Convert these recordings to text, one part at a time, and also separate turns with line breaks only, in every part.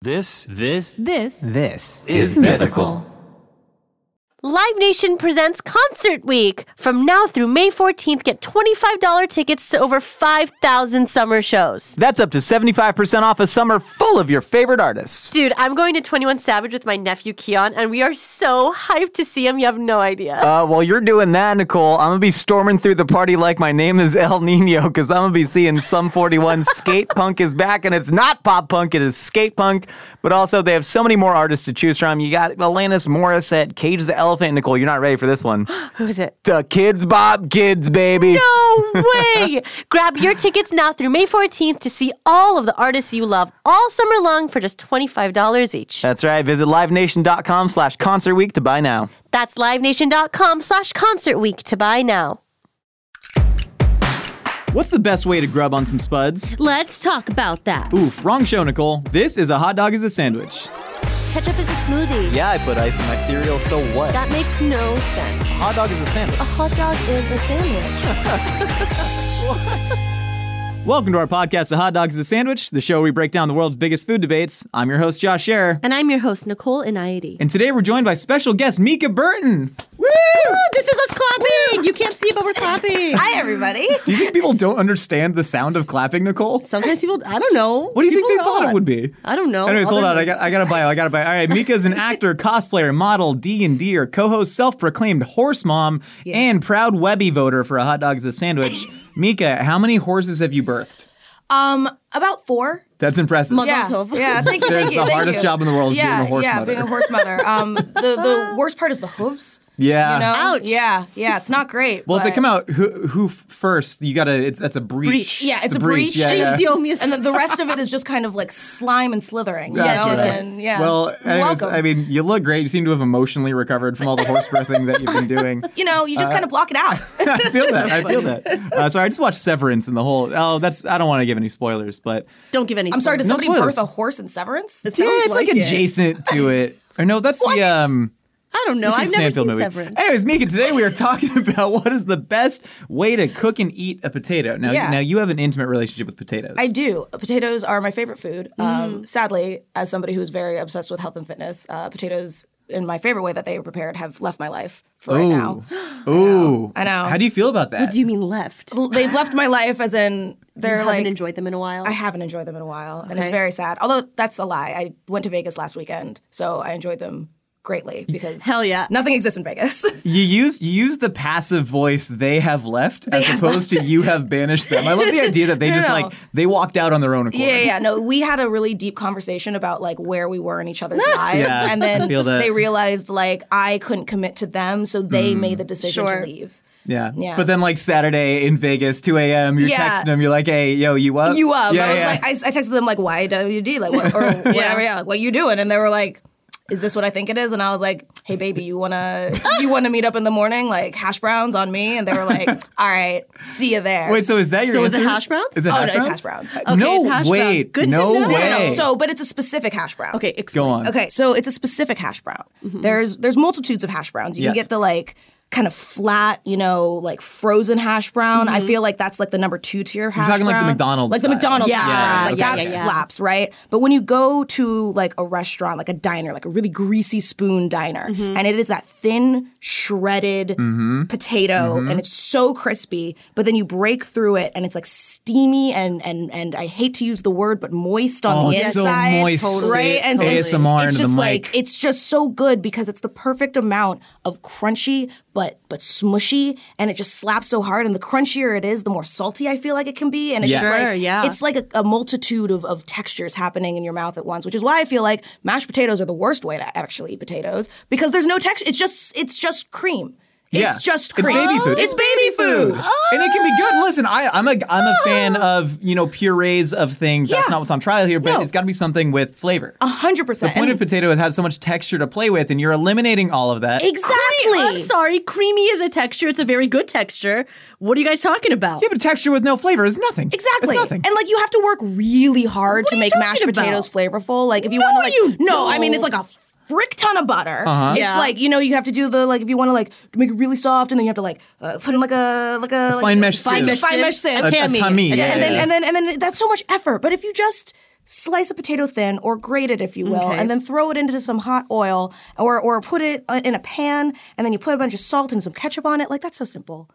This, this
This
This
is mythical.
Live Nation presents Concert Week. From now through May 14th, get $25 tickets to over 5,000 summer shows.
That's up to 75% off a summer full of your favorite artists.
Dude, I'm going to 21 Savage with my nephew Keon, and we are so hyped to see him. You have no idea.
Uh, while you're doing that, Nicole, I'm gonna be storming through the party like my name is El Nino, because I'm gonna be seeing some 41 skate punk is back, and it's not pop punk, it is skate punk. But also, they have so many more artists to choose from. You got Alanis Morissette, Cage the Elephant. Nicole, you're not ready for this one.
Who is it?
The Kids Bob Kids, baby.
No way! Grab your tickets now through May 14th to see all of the artists you love all summer long for just $25 each.
That's right. Visit livenation.com slash concert week to buy now.
That's livenation.com slash concert week to buy now.
What's the best way to grub on some spuds?
Let's talk about that.
Oof, wrong show, Nicole. This is a hot dog is a sandwich.
Ketchup is a smoothie.
Yeah, I put ice in my cereal, so what?
That makes no sense.
hot dog is a sandwich.
A hot dog is a sandwich.
Welcome to our podcast, The Hot Dog is a Sandwich, the show where we break down the world's biggest food debates. I'm your host, Josh Scherer.
And I'm your host, Nicole Inaiti.
And today we're joined by special guest, Mika Burton. Woo!
This is us clapping! You can't see, but we're clapping.
Hi, everybody.
Do you think people don't understand the sound of clapping, Nicole?
Sometimes people, I don't know.
What do you think they thought it would be?
I don't know.
Anyways, hold
Other
on. I
than-
got, I got a bio. I got a bio. All right. Mika's an actor, cosplayer, model, D&D, co-host, self-proclaimed horse mom, and proud Webby voter for a hot dog is a sandwich. Mika, how many horses have you birthed?
Um, about four.
That's impressive.
Muzzle
Yeah,
tov.
yeah. Thank you.
That
thank
is
you,
the
thank
hardest
you.
job in the world is
yeah,
being a horse
yeah,
mother.
being a horse mother. Um, the the worst part is the hooves.
Yeah.
You know?
Ouch.
Yeah, yeah. It's not great.
Well, if
but-
they come out who, who f- first, you gotta. It's that's a breach.
Breach.
Yeah, it's a breach.
Yeah, yeah.
Jeez, yo, miss-
And the, the rest of it is just kind of like slime and slithering. you
That's
know?
what it
and,
is.
yeah.
Well, anyways,
welcome.
I mean, you look great. You seem to have emotionally recovered from all the horse birthing that you've been doing.
you know, you
uh,
just kind of block it out.
I feel that. I feel that. Uh, sorry, I just watched Severance and the whole. Oh, that's. I don't want to give any spoilers, but
don't give any.
I'm sorry, does
No
somebody
spoilers.
birth a horse in Severance?
It sounds
yeah, it's like,
like it.
adjacent to it. Or no, that's the um.
I don't know. I've
Keith
never
Stanfield
seen
movie.
Severance.
Anyways, Mika, today we are talking about what is the best way to cook and eat a potato. Now,
Yeah.
now you have an intimate relationship with potatoes.
I do. Potatoes are my favorite food.
Mm-hmm.
Um, sadly, as somebody who's very obsessed with health and fitness, uh, potatoes, in my favorite way that they were prepared, have left my life for right now.
Ooh.
I know.
How do you feel about that?
What do you mean left?
L- They've left my life as in they're
haven't
like
enjoyed them in a while.
I haven't enjoyed them in a while, and it's
Okay.
very sad. Although that's a lie. I went to Vegas last weekend, so I enjoyed them greatly because
Hell yeah.
nothing exists in Vegas.
You use you use the passive voice they have left as opposed to you have banished them. I love the idea that they just
no.
like they walked out on their own accord.
Yeah, yeah, yeah. No, we had a really deep conversation about like where we were in each other's lives,
Yeah,
and
I
then
feel that.
they realized like I couldn't commit to them, so they made the decision
Mm. Sure.
to leave.
Yeah.
Yeah.
But then like Saturday in Vegas, 2 a.m., you're
Yeah.
texting them, you're like, hey, yo, you up?
You up?
Yeah,
I was
yeah.
like, I, I texted them like YWD, like what, or whatever. yeah. like, what you doing? And they were like. Is this what I think it is? And I was like, "Hey, baby, you wanna you wanna meet up in the morning, like hash browns on me?" And they were like, "All right, see you there."
Wait, so is that your
So is it
answer?
hash browns?
Is it
Oh,
hash
no, it's
browns?
hash browns.
no,
it's hash browns.
wait.
Good to
no
know. No, no,
way.
no, no, so but it's a specific hash brown.
okay, explain.
Go on.
Okay, so it's a specific hash brown. There's there's multitudes of hash browns. You can
Mm-hmm. Yes.
get the like kind of flat, you know, like frozen hash brown. I feel like that's like the number two tier hash
Mm-hmm. talking like the
brown.
McDonald's
like the
style.
McDonald's
Yeah,
hash browns. Like
yeah,
that
yeah,
yeah.
slaps, right? But when you go to like a restaurant, like a diner, like a really greasy spoon diner,
Mm-hmm.
and it is that thin shredded potato,
Mm-hmm.
and it's so crispy. But then you break through it, and it's like steamy and and and I hate to use the word, but moist on
Oh,
the
it's so
inside,
moist. Say
right?
it, ASMR
it's
into the
just
mic.
like it's just so good because it's the perfect amount of crunchy but but smushy, and it just slaps so hard. And the crunchier it is, the more salty I feel like it can be. And it's
Yes.
just
Sure,
like
yeah.
it's like a, a multitude of, of textures happening in your mouth at once, which is why I feel like mashed potatoes are the worst way to actually eat potatoes because there's no texture. It's just it's just cream.
Yeah.
It's just
It's
cream.
baby food.
It's baby food. Oh.
And it can be good. Listen, I, I'm a I'm a fan of you know purees of things. That's
Yeah.
not what's on trial here, but
No.
it's got to be something with flavor.
Oh. A hundred
the
percent.
point of
And-
potato has so much texture to play with, and you're eliminating all of that.
Exactly.
I'm sorry. Creamy is a texture. It's a very good texture. What are you guys talking about?
Yeah, but texture with no flavor is nothing.
Exactly.
It's nothing.
And like you have to work really hard
What
to
are you
make mashed
talking
potatoes flavorful. Like if you
No,
want to like
you
No, I mean
don't.
it's like a frick ton of butter.
Uh-huh.
It's
Yeah.
like, you know, you have to do the like if you want to like make it really soft and then you have to like uh, put in like a like a, like
fine mesh
fine
sieve.
mesh, fine mesh sieve.
A
a
tammy.
tummy, yeah,
and
yeah,
then and then and then that's so much effort. But if you just slice a potato thin or grate it, if you will,
Okay.
and then throw it into some hot oil or, or put it uh, in a pan and then you put a bunch of salt and some ketchup on it. Like, that's so simple.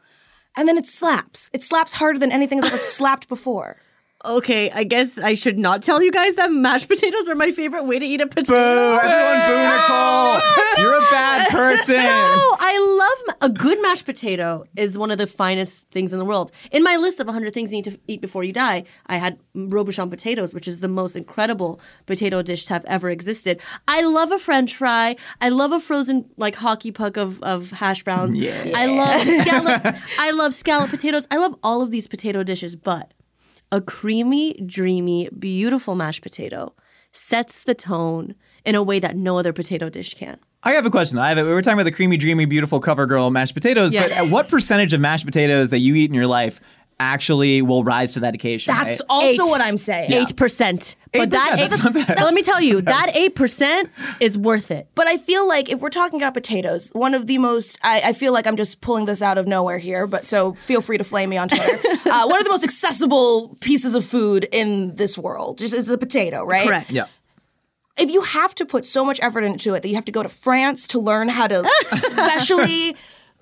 And then it slaps. It slaps harder than anything has ever slapped before.
Okay, I guess I should not tell you guys that mashed potatoes are my favorite way to eat a
Boo!
potato.
Everyone boo Nicole! You're a bad person.
No, I love ma- a good mashed potato is one of the finest things in the world. In my list of 100 things you need to eat before you die, I had Robuchon potatoes, which is the most incredible potato dish to have ever existed. I love a french fry. I love a frozen like hockey puck of, of hash browns. Yeah. I love scallop I love scallop potatoes. I love all of these potato dishes, but a creamy, dreamy, beautiful mashed potato sets the tone in a way that no other potato dish can.
I have a question. though. I have a, we were talking about the creamy, dreamy, beautiful cover girl mashed potatoes,
Yes.
but at what percentage of mashed potatoes that you eat in your life actually will rise to that occasion?
That's
right?
also
Eight.
what I'm saying.
eight percent. But
8%,
that
that's not bad.
let me tell you, that eight percent is worth it.
But I feel like if we're talking about potatoes, one of the most, I, I feel like I'm just pulling this out of nowhere here, but so feel free to flame me on Twitter. uh, one of the most accessible pieces of food in this world just is a potato, right?
Correct.
Yeah.
If you have to put so much effort into it that you have to go to France to learn how to specially,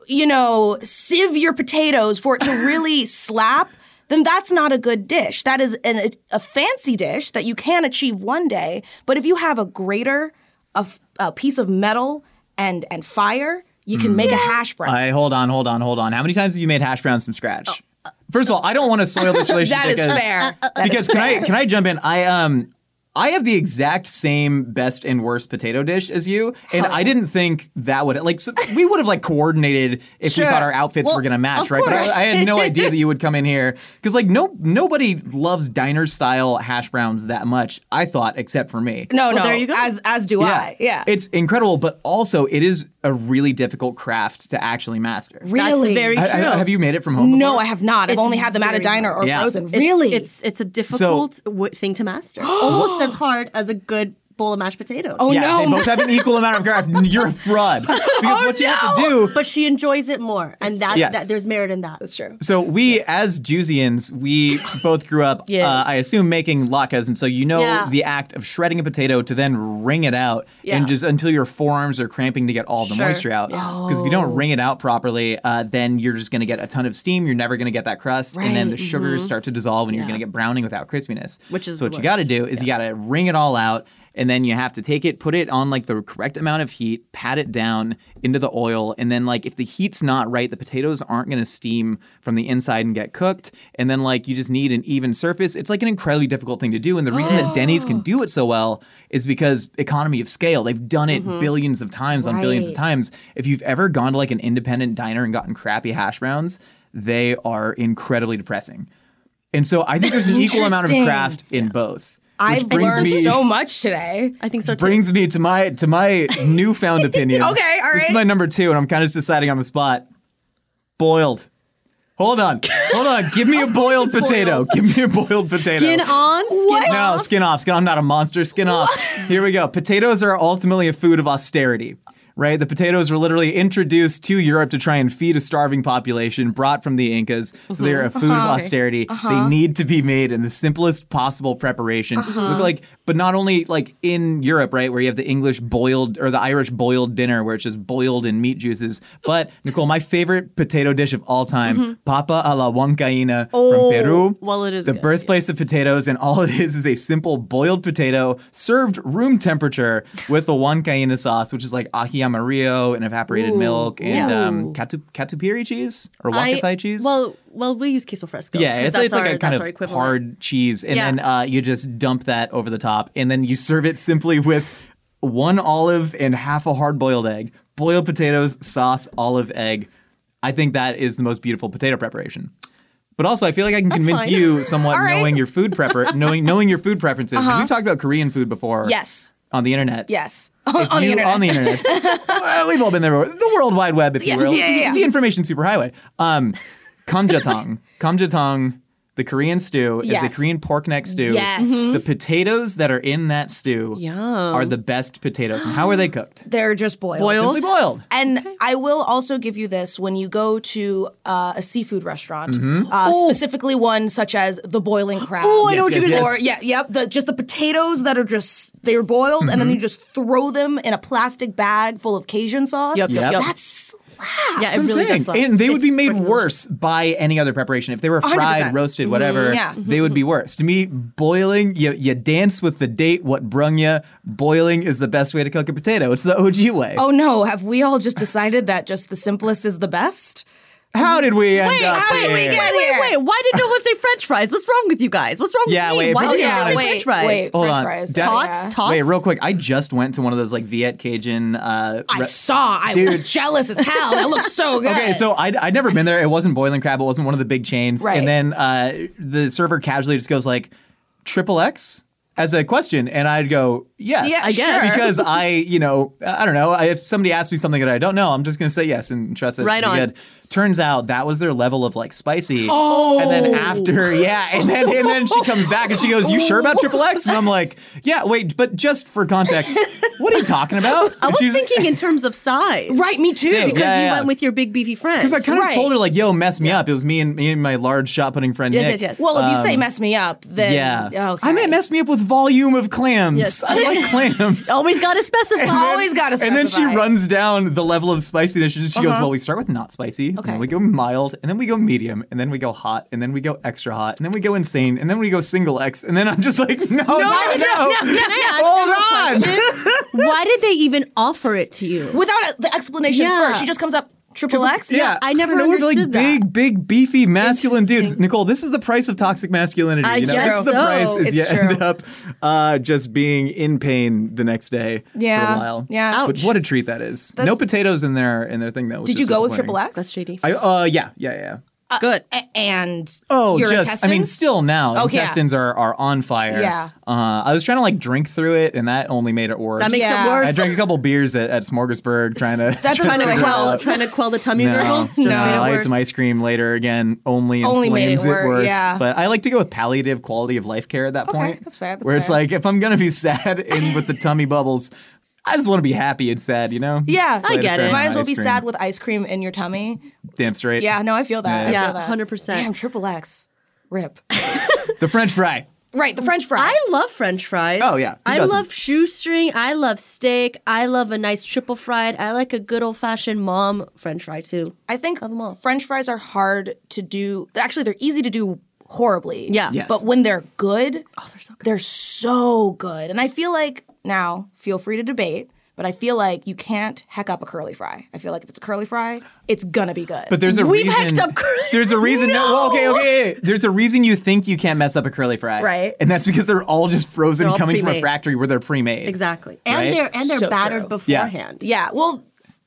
you know, sieve your potatoes for it to really slap. Then that's not a good dish. That is an, a fancy dish that you can achieve one day. But if you have a grater, a, f- a piece of metal, and and fire, you can make a hash brown.
Mm. I hold on, hold on, hold on. How many times have you made hash browns from scratch? First of all, I don't want to soil this relationship.
Oh, uh, that is
because-
fair. Uh, That is
because can I
fair.
can I jump in? I um I have the exact same best and worst potato dish as you, and I didn't think that would like so we would have like coordinated if we
Sure.
thought our outfits
Well,
were gonna match,
of
right? But
course.
I, I had no idea that you would come in here because like no nobody loves diner style hash browns that much. I thought except for me.
no, no.
there you go.
As as do I. Yeah.
it's incredible, but also it is a really difficult craft to actually master.
really.
That's very
I- I-
true.
have you made it from home?
no,
before?
I have not. I've
It's
only had them at a
very
diner or
Yeah.
frozen.
It's-
really?
It's it's a difficult w- thing to master. Almost as hard as a good bowl of mashed potatoes.
oh
Yeah,
no.
they both have an equal amount of craft. You're a fraud
Oh,
because what you have to do
But she enjoys it more, and that,
Yes.
that there's merit in that.
That's true.
So we, as Jusians, we both grew up,
Yes.
uh, I assume, making latkes, and so you know
Yeah.
the act of shredding a potato to then wring it out,
Yeah.
and just until your forearms are cramping to get all the
Sure.
moisture out.
Yeah.
Because if you don't wring it out properly, uh, then you're just going to get a ton of steam. You're never going to get that crust, and then the
Right,
sugars start to dissolve, and you're going to get browning without crispiness.
Which is
so
the
what you got to
worst.
do is you got to wring it all out. And then you have to take it, put it on like the correct amount of heat, pat it down into the oil, and then like if the heat's not right, the potatoes aren't going to steam from the inside and get cooked. And then like you just need an even surface. It's like an incredibly difficult thing to do. And the reason that Denny's can do it so well is because economy of scale. They've done it billions of times on billions of
Right.
times. If you've ever gone to like an independent diner and gotten crappy hash browns, they are incredibly depressing. And so I think there's an equal amount of
Interesting.
craft in both. Which
I've
brings
learned
me,
so much today.
I think so too.
brings me to my to my newfound opinion.
Okay, all
This is
right.
my number two, and I'm kind of deciding on the spot. Boiled. Hold on, hold on. Give me a boiled potato. Give me a boiled potato.
skin on, skin
No,
off.
skin off. Skin. I'm not a monster. Skin off. Here we go. Potatoes are ultimately a food of austerity. Right, the potatoes were literally introduced to Europe to try and feed a starving population brought from the Incas. So they're a food
Uh-huh.
of austerity. They need to be made in the simplest possible preparation.
Uh-huh.
Look like, but not only like in Europe, right, where you have the English boiled or the Irish boiled dinner, where it's just boiled in meat juices. But Nicole, my favorite potato dish of all time, papa a la huancaina from Peru.
Mm-hmm. Oh, well, it is
the
good.
birthplace of potatoes, and all it is is a simple boiled potato served room temperature with the huancaina sauce, which is like aji amarillo and evaporated milk and um, catu- catupiri cheese or
I-
wakatai cheese.
Well, well, we use queso fresco.
yeah,
'cause
it's, it's
that's
like
our-
a kind
that's our
of
equivalent.
hard cheese, and
Yeah.
then uh, you just dump that over the top, and then you serve it simply with one olive and half a hard-boiled egg, boiled potatoes, sauce, olive, egg. I think that is the most beautiful potato preparation. But also, I feel like I can convince
fine.
you somewhat
right.
knowing your food prepar- knowing knowing your food preferences. 'cause
Uh-huh.
We've talked about Korean food before.
Yes.
On the internet.
Yes.
If
on,
you-
the internet.
On the internet. Well, we've all been there. before. The World Wide Web, if you
Yeah,
will.
yeah, yeah.
The information superhighway. Um, kamjatong. kamjatong The Korean stew is
Yes.
the Korean pork neck stew.
Yes. Mhm.
The potatoes that are in that stew
Yum.
are the best potatoes. And how are they cooked?
They're just boiled.
Boiled?
Simply boiled.
And I will also give you this when you go to uh, a seafood restaurant, uh, specifically one such as the Boiling Crab.
Oh, I
Yes,
know what
yes,
you mean.
yes.
Or yeah, yep. The, just the potatoes that are just they're boiled, and then you just throw them in a plastic bag full of Cajun sauce.
Yep, yep, yep.
That's
Yeah, it
That's what
really
I'm
does
saying.
suck.
And they would be
It's
made
freaking
worse by any other preparation. If they were fried,
100%.
roasted, whatever,
Mm-hmm. yeah. Mm-hmm.
they would be worse. To me, boiling, you, you dance with the date, what brung you. Boiling is the best way to cook a potato. It's the OG way.
oh no, have we all just decided that just the simplest is the best?
How did we end up
how did
here?
we get-
Wait, wait, wait. Why did no one say French fries? What's wrong with you guys? What's wrong
Yeah,
with me?
wait, if
Why
we're
did
being
you say
honest-
French fries?
Oh, wait,
Hold
French
on.
fries. Oh,
Dad-
Tots?
Yeah.
Tots?
Wait, real quick. I just went to one of those like Viet Cajun. Uh,
I
re-
saw. I was
Dude.
jealous as hell. It looked so good.
Okay, so I'd, I'd never been there. It wasn't Boiling Crab. It wasn't one of the big chains.
Right.
And then uh, the server casually just goes like, "Triple X." As a question, and I'd go yes,
Yeah, I guess.
because I, you know, I don't know. I, if somebody asks me something that I don't know, I'm just gonna say yes and trust that it's
Right
gonna be
on.
good. Turns out that was their level of like spicy. Oh, and then after, yeah, and then and then she comes back and she goes, "You sure about triple X?" And I'm like, "Yeah, wait, but just for context, what are you talking about?"
I was thinking in terms of size.
right, me too.
Same.
Because
Yeah,
you
yeah.
went with your big beefy friend.
Because I kind
Right.
of told her like, "Yo, mess me up." It was me and me and my large shot putting friend
Yes,
Nick.
yes, yes.
Well, if you say mess me up, then
Um, Yeah.
okay.
I meant mess me up with volume of clams.
Yes.
I like clams.
Always got to specify.
Always got to
And then she
specify.
runs down the level of spiciness. and She goes, "Well, we start with not spicy, and
Okay.
then we go mild, and then we go medium, and then we go hot, and then we go extra hot, and then we go insane, and then we go single X." And then I'm just like, "No, no, no,
Why
no,
did they- Can I ask
hold on."
you a question? Why did they even offer it to you?
without a, the explanation
Yeah.
first. She just comes up triple X.
Yeah,
I never
don't know, we're like
understood
big,
that.
big, beefy masculine dudes.
Interesting.
Nicole, this is the price of toxic masculinity.
I
you know,
guess
this is the
so.
price is
It's
you end
true.
up uh, just being in pain the next day for
Yeah,
a while.
yeah.
But what a treat that is. no potatoes in their in their thing though. which
Did
is
you go with triple
disappointing.
X?
That's shady.
I uh yeah yeah yeah.
Good.
A- and
Oh,
your
just
intestines.
I mean, still now
Oh, yeah.
intestines are are on fire.
Yeah.
Uh, I was trying to like drink through it, and that only made it worse.
That makes
Yeah.
it
I
worse.
drank a couple beers at, at Smorgasburg trying to.
That doesn't
trying to
really
quell,
help.
trying to quell the tummy
No,
gurgles.
no.
Just made it
I had some
worse.
ice cream later again. Only
Only made it
inflames
wor- yeah.
But I like to go with palliative quality of life care at that point.
that's fair, that's
where it's
fair.
like if I'm gonna be sad and with the tummy bubbles, I just want to be happy and sad. You know?
yeah,
So I had
get
a
it.
friend
Might
on
as well
ice
be
cream.
sad with ice cream in your tummy.
Damn straight.
Yeah, no, I feel that. I
Yeah.
feel that.
100%.
Damn, triple X, rip.
The French fry.
right, the French fry.
I love French fries.
Oh, yeah. Who
I
doesn't?
love shoestring. I love steak. I love a nice triple fried. I like a good old fashioned mom French fry too.
I think
Love 'em all.
French fries are hard to do. Actually, they're easy to do horribly.
Yeah. Yes.
But when they're good,
They're so good.
they're so good. And I feel like now, feel free to debate, but I feel like you can't heck up a curly fry. I feel like if it's a curly fry, it's gonna be good.
But there's a
We've
reason.
hacked up curly-
There's a reason. No, well, okay,
No!
okay. There's a reason you think you can't mess up a curly fry,
Right.
And that's because they're all just frozen,
They're all
coming from a
pre-made.
factory where they're pre-made.
Exactly. And
Right?
they're and they're
So
battered
true.
Yeah.
beforehand.
yeah, well,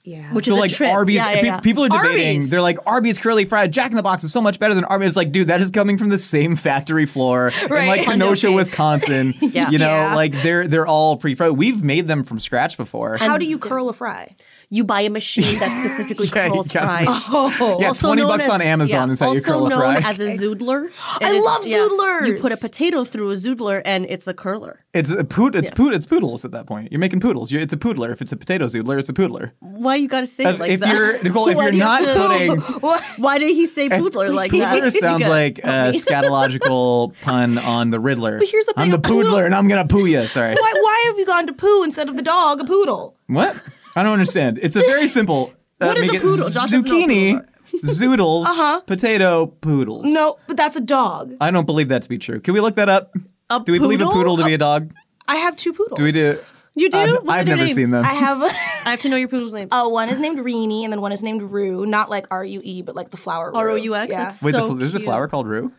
yeah.
Which
So
is
like
a trip.
Arby's,
Yeah, yeah,
pe-
yeah.
people are debating.
Arby's.
They're like Arby's curly fried Jack in the Box is so much better than Arby's. It's Like, dude, that is coming from the same factory floor in
Right.
like
Hundo
Kenosha,
Cake.
Wisconsin.
Yeah.
You know,
Yeah.
like they're they're all pre-fried. We've made them from scratch before.
How do you curl a fry?
you buy a machine that specifically
Yeah, you
curls
got a
fries.
Oh,
yeah,
Also
twenty
known
bucks
as-
on Amazon
yeah,
is how you curl a
Also
fry.
known as a zoodler.
I
It
love
You
zoodlers.
put a potato through a zoodler and it's a curler.
it's a poot. It's poot. It's poodles at that point. You're making poodles. You're, it's a poodler. If it's a potato zoodler, it's a poodler.
Why you gotta say it
If-
like
if
that?
you're Nicole, if
Why
you're
do you have
not
to-
putting
Why did he say poodler like that?
Poodler sounds
Good.
like a scatological pun on the Riddler. But
here's the
I'm
thing,
the
a poodle-
poodler, and I'm gonna poo you. Sorry.
Why, why have you gone to poo instead of the dog, a poodle?
What? I don't understand. It's a very simple. Uh,
What is
make
a Uh-huh.
it
poodle? Josh doesn't know what
zucchini, zoodles, potato, poodles.
No, but that's a dog.
I don't believe that to be true. Can we look that up?
A
do we believe a
poodle?
poodle to be a dog?
I have two poodles.
Do we do?
You do?
I've,
What are
I've
their
never
names?
seen them.
I have
I have to know your poodle's name.
uh, one is named Reenie and then one is named Rue, not like R U E, but like the flower. Rue.
R O U X.
Yeah.
That's
Wait, the
so
fl- there's a
cute.
flower called Rue.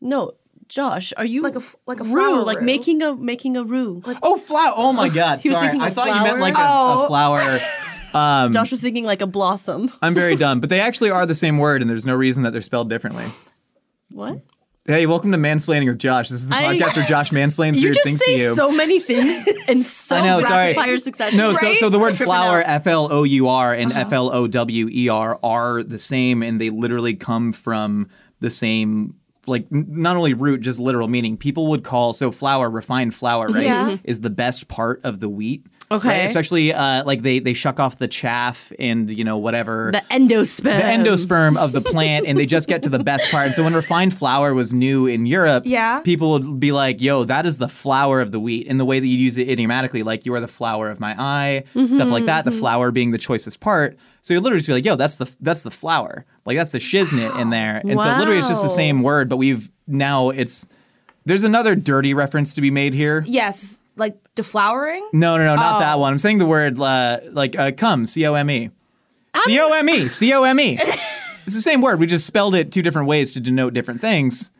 No, Josh, are you
Like a f- like a
roux?
flower
Like
roux.
making a making a roux.
Oh, flower! Oh my God!
He was
Sorry,
thinking
I
of Oh.
thought you meant like a,
flowers?
a flower.
Josh was thinking like a blossom.
I'm very dumb, but they actually are the same word, and there's no reason that they're spelled differently.
What?
Hey, welcome to Mansplaining with Josh. This is the
I-
podcast where Josh mansplains
You
weird
just
things to
say
you.
so many things and so
I know,
rapid
sorry.
fire succession.
no, so,
right?
so the word flower, F L O U R, and
Uh-huh.
F L O W E R are the same, and they literally come from the same like n- not only root, just literal meaning. People would call so flour, refined flour, right,
Yeah.
is the best part of the wheat.
Okay.
right? especially uh, like they they shuck off the chaff and you know whatever
The endosperm.
the endosperm of the plant and they just get to the best part. And so when refined flour was new in Europe,
Yeah.
people would be like, yo, that is the flour of the wheat. And the way that you use it idiomatically, like you are the flower of my eye, stuff like that, the flour being the choicest part. So you literally just be like, yo, that's the that's the flour. Like that's the shiznit in there. And so literally it's just the
Wow.
same word, but we've now it's there's another dirty reference to be made here.
Yes, like deflowering.
No, no, no, not
Oh.
that one. I'm saying the word uh, like uh, come, C O M E. C O M E, C O M E. It's the same word. We just spelled it two different ways to denote different things.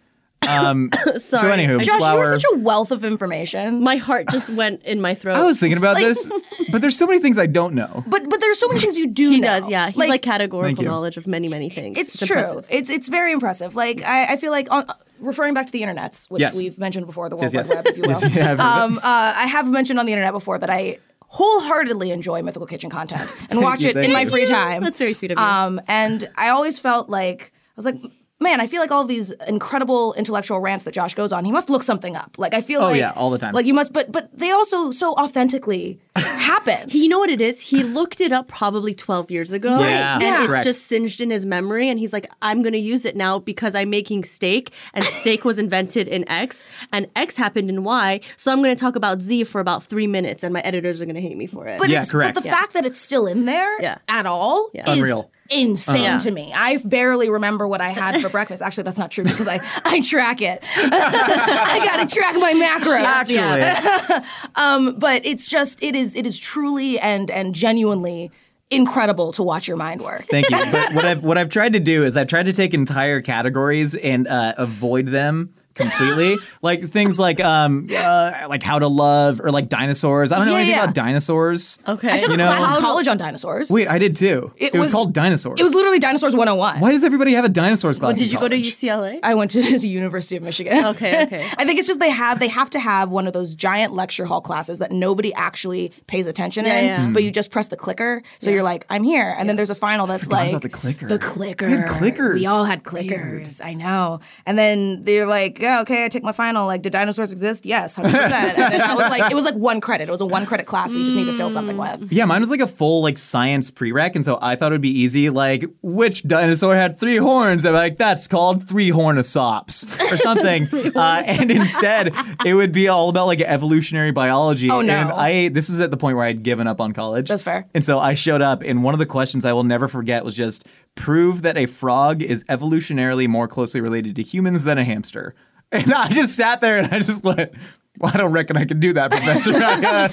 Um,
Sorry.
So, anywho,
Josh, you
flower.
are such a wealth of information.
my heart just went in my throat.
I was thinking about this, but there's so many things I don't know.
but but there's so many things you do.
he
know.
does, yeah. He's like, categorical
you.
knowledge of many, many things.
It's, true.
impressive.
It's it's very impressive. Like I, I feel like on, referring back to the internets, which
Yes.
we've mentioned before, the World
Yes, yes.
Wide Web, if you will.
Yeah, I've heard of
um, uh, I have mentioned on the internet before that I wholeheartedly enjoy mythical kitchen content and watch
you,
it
thank
in my
you.
free time.
That's very sweet of you.
Um, and I always felt like I was like, man, I feel like all these incredible intellectual rants that Josh goes on, he must look something up. Like I feel
Oh,
like
yeah, all the time.
Like you must, but but they also so authentically happen.
you know what it is? He looked it up probably 12 years ago.
Yeah,
And
yeah.
it's
correct.
just singed in his memory. And he's like, I'm going to use it now because I'm making steak. And steak was invented in X. And X happened in Y. So I'm going to talk about Z for about three minutes. And my editors are going to hate me for it.
But
Yeah,
it's,
correct.
But the
Yeah.
fact that it's still in there
Yeah.
at all is
Unreal.
insane
Uh-huh.
to me. I barely remember what I had for breakfast. Actually, that's not true because I, I track it. I gotta track my macros.
Actually,
But it's just it is it is truly and and genuinely incredible to watch your mind work.
Thank you. But what I've what I've tried to do is I've tried to take entire categories and uh, avoid them completely. like things like um uh, like how to love or like dinosaurs. I don't know
Yeah,
anything
yeah.
about dinosaurs.
okay.
I took a
know-
class in
How-
college on dinosaurs.
Wait, I did too. It, was,
was-
called dinosaurs.
it was literally dinosaurs 101.
Why does everybody have a dinosaurs class?
Well, did
in
you go to
college?
UCLA?
I went to the University of Michigan.
Okay, okay.
I think it's just they have they have to have one of those giant lecture hall classes that nobody actually pays attention
Yeah,
in,
Hmm.
yeah.
but you just press the clicker, so you're like, I'm here, and then there's a final that's
forgot
like
about the clicker.
the clicker,
We had clickers.
We all had clickers. I know, and then they're like, yeah, okay, I take my final. Like, did dinosaurs exist? Yes, hundred percent. And then I was like, it was like one credit. It was a one credit class that you just need to fill something
Mm.
with.
Yeah, mine was like a full like science prereq, and so I thought it would be easy. Like, which dinosaur had three horns? I'm like, that's called three hornosops or something. uh, and instead, it would be all about like evolutionary biology.
Oh, no.
And I this is at the point where I had given up on college.
That's fair.
And so I showed up, and one of the questions I will never forget was just prove that a frog is evolutionarily more closely related to humans than a hamster. And I just sat there and I just went, well, I don't reckon I can do that, Professor. I, uh,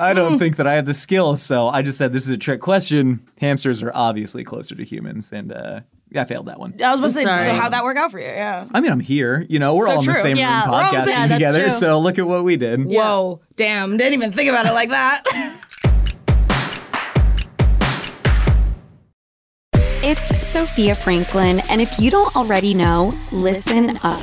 I don't think that I have the skills. So I just said, this is a trick question. Hamsters are obviously closer to humans. And uh, I failed that one.
I was supposed to say,
Sorry.
so how'd that work out for you? Yeah.
I mean, I'm here. You know, we're
So
all in the
true.
same
Yeah,
room
we're all
in the
podcasting
same-
Yeah, that's
together.
true.
So look at what we did.
Whoa, damn! Didn't even think about it like that.
It's Sophia Franklin, and if you don't already know, listen up.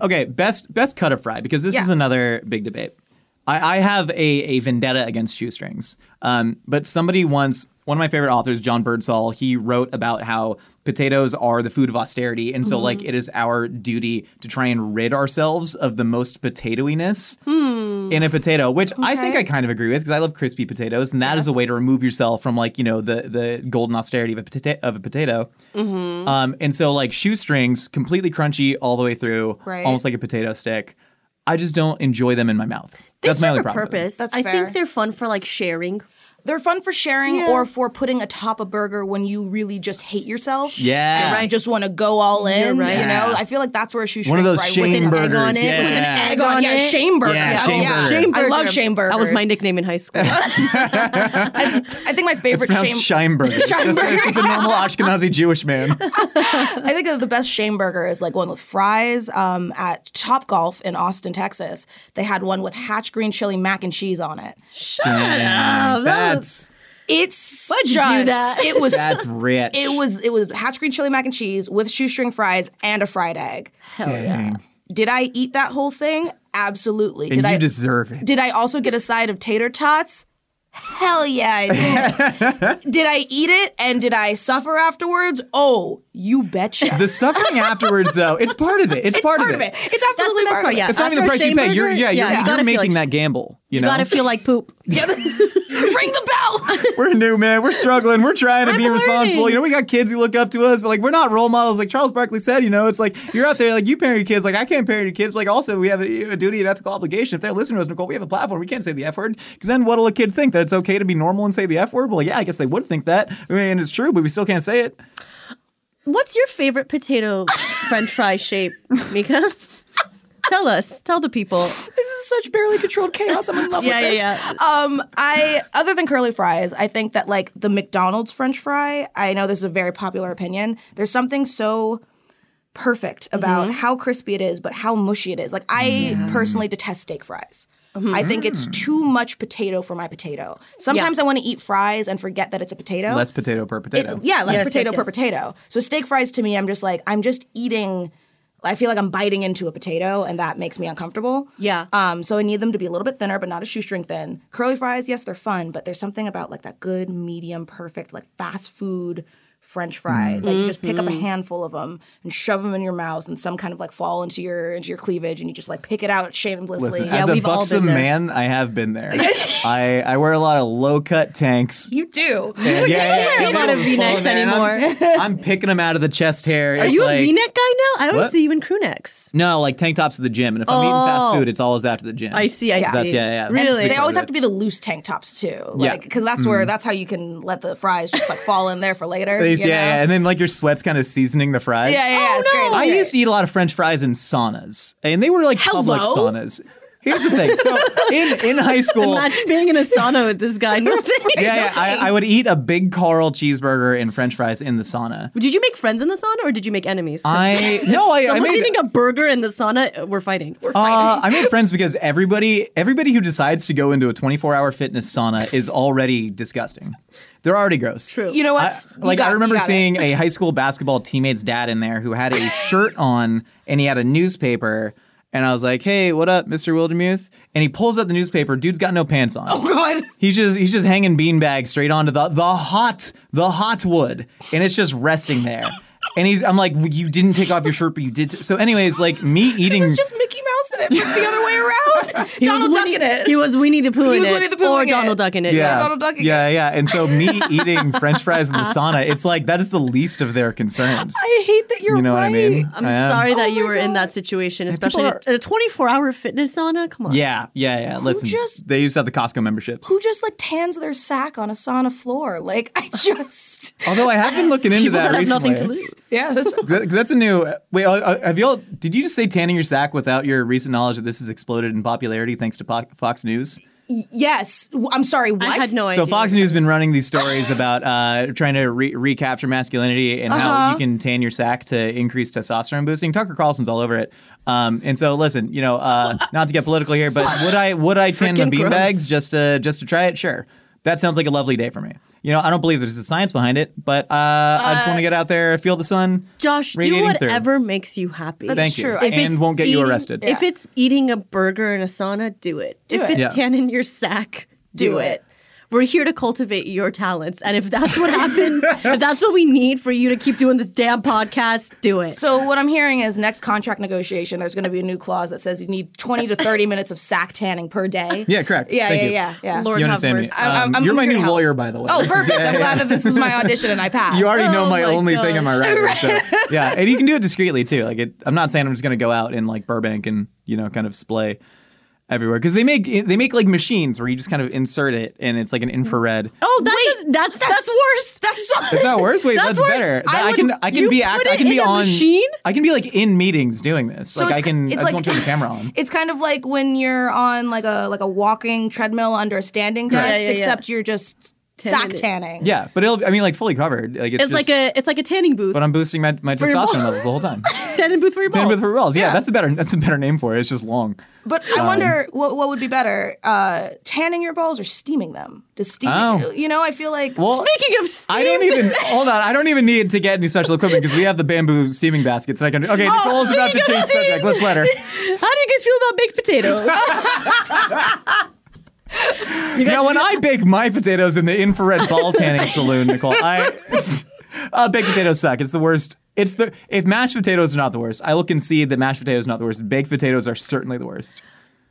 Okay, best best cut of fry because this
Yeah.
is another big debate. I, I have a, a vendetta against shoestrings, um, but somebody once, one of my favorite authors, John Birdsall, he wrote about how potatoes are the food of austerity, and so like it is our duty to try and rid ourselves of the most potatoiness in a potato, which I think I kind of agree with because I love crispy potatoes, and that is a way to remove yourself from like you know the the golden austerity of a potato of a potato. Um, and so like shoestrings, completely crunchy all the way through,
Right.
almost like a potato stick. I just don't enjoy them in my mouth.
They
That's my
serve
only
a
problem. with them.
purpose.
That's
I
fair.
think they're fun for like sharing.
They're fun for sharing
Yeah.
or for putting atop a burger when you really just hate yourself.
Yeah.
and you just want to go all in.
You're right.
You know,
Yeah.
I feel like that's where a shoe
One of those
fry would-
shame
egg on
burgers.
it,
yeah.
with an
egg on,
on
yeah,
it.
shame burger.
Yeah, shame burger.
I love shame burgers.
That was my nickname in high school.
I think my favorite shame.
Pronounced Scheinberg. It's just, it's just a normal Ashkenazi Jewish man.
I think of the best shame burger is like one with fries um, at Top Golf in Austin, Texas. They had one with hatch green chili mac and cheese on it.
Damn, that's
It's
Why'd you do
just-
that?
It was
that's rich.
it was it was hatch green chili mac and cheese with shoestring fries and a fried egg.
Dang.
Did I eat that whole thing? Absolutely.
And
did
you
I
deserve it.
Did I also get a side of tater tots? Hell yeah, I did. did I eat it and did I suffer afterwards? Oh, you betcha.
The suffering afterwards, though, it's part of it. It's,
part, of it. It's
That's
absolutely
the best
part
part.
of it.
Yeah,
It's not
After
even the
a
price you
shame
pay. You're,
burger,
yeah, you're,
you
you're
gotta feel
making
like-
that gamble. You, know,
gotta feel like poop.
Yeah. Ring the bell.
we're new, man. We're struggling. We're trying to
I'm
be responsible.
learning.
You know, we got kids who look up to us. Like we're not role models. Like Charles Barkley said, you know, it's like you're out there, like you parent your kids. Like I can't parent your kids. But, like also, we have a, a duty and ethical obligation. If they're listening to us, Nicole, we have a platform. We can't say the f word because then what'll a kid think that it's okay to be normal and say the f word? Well, yeah, I guess they would think that, I mean, and it's true, but we still can't say it.
What's your favorite potato french fry shape, Mika? tell us. Tell the people.
this is such barely controlled chaos. I'm in love
Yeah,
with this.
yeah,
Um, I other than curly fries, I think that like the McDonald's French fry. I know this is a very popular opinion. There's something so perfect about how crispy it is, but how mushy it is. Like I personally detest steak fries. I think it's too much potato for my potato. Sometimes I want to eat fries and forget that it's a potato.
Less potato per potato.
It- yeah, less
Yes,
potato
yes,
per
yes.
potato. So steak fries to me, I'm just like I'm just eating. I feel like I'm biting into a potato, and that makes me uncomfortable.
Yeah.
Um. So I need them to be a little bit thinner, but not a shoestring thin. Curly fries, yes, they're fun, but there's something about like that good, medium, perfect, like fast food French fry.
Mm-hmm.
Like you just pick up a
Mm-hmm.
handful of them and shove them in your mouth, and some kind of like fall into your into your cleavage, and you just like pick it out shamelessly.
Listen,
Yeah,
as a
we've all been
buxom
there.
man, I have been there. I, I wear a lot of low cut tanks.
you do.
And yeah, yeah,
You're not a
I'm just
V-neck
falling there, and I'm- I'm, picking them out of the chest hair.
Are
It's
you
like,
a V-neck guy now? I always
What?
see you in crew necks.
No, like tank tops at the gym. And if I'm eating fast food, it's always after the gym.
I see. I
Yeah.
see.
That's- yeah, yeah.
And
Really?
they always have to be the loose tank tops too,
Yeah. Mm-hmm.
like because that's where that's how you can let the fries just like fall in there for later.
At least-
you
yeah,
know?
yeah, and then like your sweat's kind of seasoning the fries.
Yeah, yeah, yeah. it's great. It's
I
great.
used to eat a lot of French fries in saunas, and they were like public
Hello?
saunas. Here's the thing. So in in high school,
Imagine being in a sauna with this guy. No thanks.
yeah, yeah, I, I would eat a big Carl cheeseburger and French fries in the sauna.
Did you make friends in the sauna or did you make enemies? 'Cause
I no, I, I
someone's
made
eating a burger in the sauna. uh, We're fighting.
Uh, I made friends because everybody everybody who decides to go into a 24 hour fitness sauna is already disgusting. They're already gross. True.
You know what?
I,
You
like
got-
I
you
remember
got it.
seeing a high school basketball teammate's dad in there who had a shirt on and he had a newspaper. And I was like, "Hey, what up, Mr. Wildermuth?" And he pulls up the newspaper. Dude's got no pants on.
Oh God.
He's just he's just hanging beanbag straight onto the the hot the hot wood, and it's just resting there. And he's I'm like, you didn't take off your shirt, but you did. T-. So, anyways, like me eating.
It's just Mickey Mouse in it, but the other way around.
He
Donald
was
Duck
Winnie,
in it.
He was Winnie the Pooh
He
in
was
it.
Winnie the Pooh
Or
in it.
Donald Duck in it.
yeah,
Donald Duck again.
yeah, yeah. And so me eating French fries in the sauna, it's like that is the least of their concerns.
I hate that you're
you know what I mean?
I'm
I am.
sorry that you were in that situation, especially
people
in a 24 hour fitness sauna. Come on.
Yeah, yeah, yeah. Listen,
just-
they used to have the Costco memberships.
Who just like tans their sack on a sauna floor? Like I just.
Although I have been looking into
People that, have
recently.
nothing to lose.
Yeah, that's right.
That- That's a new. Wait, uh, uh, have y'all? Did you just say tanning your sack without your recent knowledge that this has exploded in popularity thanks to po- Fox News?
yes. W- I'm sorry. What?
I had no
So
idea.
Fox News has been running these stories about uh, trying to re- recapture masculinity and how you can tan your sack to increase testosterone boosting. Tucker Carlson's all over it. Um, and so listen, you know, uh, not to get political here, but would I would I tan my
Freaking gross.
beanbags just to just to try it? Sure, that sounds like a lovely day for me. You know, I don't believe there's a science behind it, but uh, I just want to get out there, feel the sun.
Josh, do
Radiating through.
whatever makes you happy.
Thank you,
true. If
and
it's
won't get you
eating-
arrested.
If it's eating a burger in a sauna, do it. if
it.
it's
Yeah.
tanning your sack, do,
Do
it.
it.
We're here to cultivate your talents. And if that's what happens, if that's what we need for you to keep doing this damn podcast, do it.
So what I'm hearing is next contract negotiation, there's going to be a new clause that says you need 20 to 30 minutes of sack tanning per day.
Yeah, correct.
Yeah,
Thank
yeah,
you.
yeah, yeah.
Lord
You
have
understand me?
mercy.
I'm-
Um,
I'm
you're my
here to
new
help.
lawyer, by the way.
Oh,
This is-
perfect. I'm glad that this was my audition and I passed.
You already know
Oh
my,
my
only thing in my
gosh.
writer. So, yeah, and you can do it discreetly too. Like it, I'm not saying I'm just gonna go out in like Burbank and you know kind of splay. everywhere because they make they make like machines where you just kind of insert it and it's like an infrared.
Oh, that's that's, that's worse.
That's so.
Is that worse? Wait,
That's
that's,
worse.
better.
I
That- I,
would-
can I can
you
be act,
put
I
it
can
in
be
a
on
machine?
I can be like in meetings doing this. like I
it's-
can I
it's
just
like-
won't turn the camera on.
It's kind of like when you're on like a like a walking treadmill under a standing desk,
yeah, yeah.
except you're just sack
Tanning.
tanning.
Yeah, but it'll I mean like fully covered. Like it's,
It's like
just-
a it's like a tanning booth.
but I'm boosting my, my
your
testosterone
balls.
levels the whole time.
tanning booth for your
Same
balls.
with for rolls. Yeah, that's a better that's a better name for it. It's just long.
But I
Um,
wonder what what would be better, uh, tanning your balls or steaming them? Does steam?
Oh.
You know, I feel like
Well,
Speaking of steam,
I don't even hold on. I don't even need to get any special equipment because we have the bamboo steaming baskets. And I can okay.
Oh,
Nicole's about to
speaking
change
of
subject. Let's let her.
How do you guys feel about baked potato?
You know, when I bake my potatoes in the infrared ball tanning saloon, Nicole, I uh, baked potatoes suck. It's the worst. It's the if mashed potatoes are not the worst, I will concede that mashed potatoes are not the worst. Baked potatoes are certainly the worst.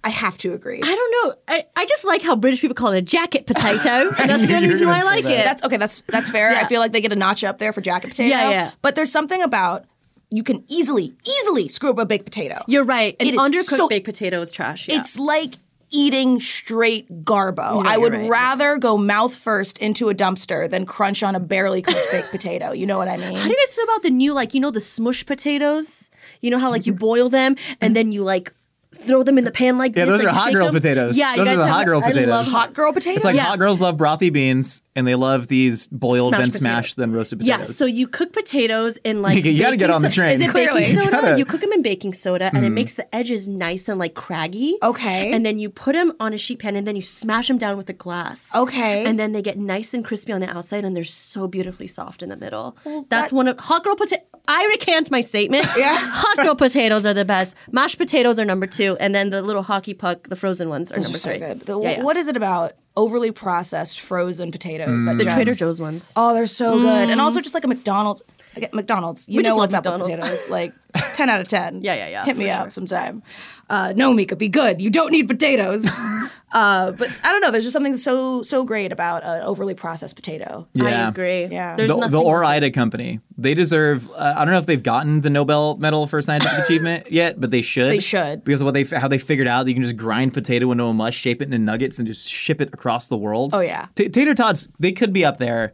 I have to agree.
I don't know. I, I just like how British people call it a jacket potato, and that's the only
You're
reason why I
gonna say
like
that.
it.
That's okay. That's that's fair. I feel like they get a notch up there for jacket potato.
Yeah, yeah.
But there's something about you can easily easily screw up a baked potato.
You're right. An
It is
undercooked
so-
baked potato is trash. Yeah.
It's like eating straight garbo. I would
right.
rather go mouth first into a dumpster than crunch on a barely cooked baked potato. You know what I
How do
mean?
you guys feel about the new, like, you know, the smush potatoes? You know how, like, you boil them and then you, like, throw them in the pan like
Yeah,
this?
those
like,
are hot
shake
girl
them?
potatoes.
Yeah, you
Those are
guys
the
have-
hot girl
I love
potatoes.
Hot girl potato.
It's like
Yes.
hot girls love brothy beans, and they love these boiled
Smashed
then
potato.
smashed then roasted
Yeah,
potatoes.
so you cook potatoes in like
You gotta get
baking
on the
so-
train.
Is it
Clearly.
baking
You
soda? You,
gotta- Mm.
cook them in baking soda, and it makes the edges nice and like craggy.
Okay.
and then you put them on a sheet pan, and then you smash them down with a glass.
Okay.
and then they get nice and crispy on the outside, and they're so beautifully soft in the middle. That's one of hot girl potato. I recant my statement. Yeah, hot girl potatoes are the best. Mashed potatoes are number two, and then the little hockey puck, the frozen ones, are
Those
number
are so
three.
good. The-
Yeah, yeah.
What is it about overly processed frozen potatoes that
the
just,
Trader Joe's ones?
Oh, they're so good, and also just like a McDonald's. I get McDonald's, you
We just
know
love
what's up with
McDonald's.
potatoes. Like ten out of ten.
Yeah, yeah, yeah,
Hit me
for
up sometime. Uh, no, Mika, be good. You don't need potatoes. uh, but I don't know. There's just something so so great about an overly processed potato.
I
Yeah.
agree.
Yeah.
There's
the,
nothing
the Oreida Company. They deserve. Uh, I don't know if they've gotten the Nobel Medal for scientific achievement yet, but they should.
They should.
because of what they how they figured out that you can just grind potato into a mush, shape it into nuggets, and just ship it across the world.
Oh, yeah.
T- tater tots. They could be up there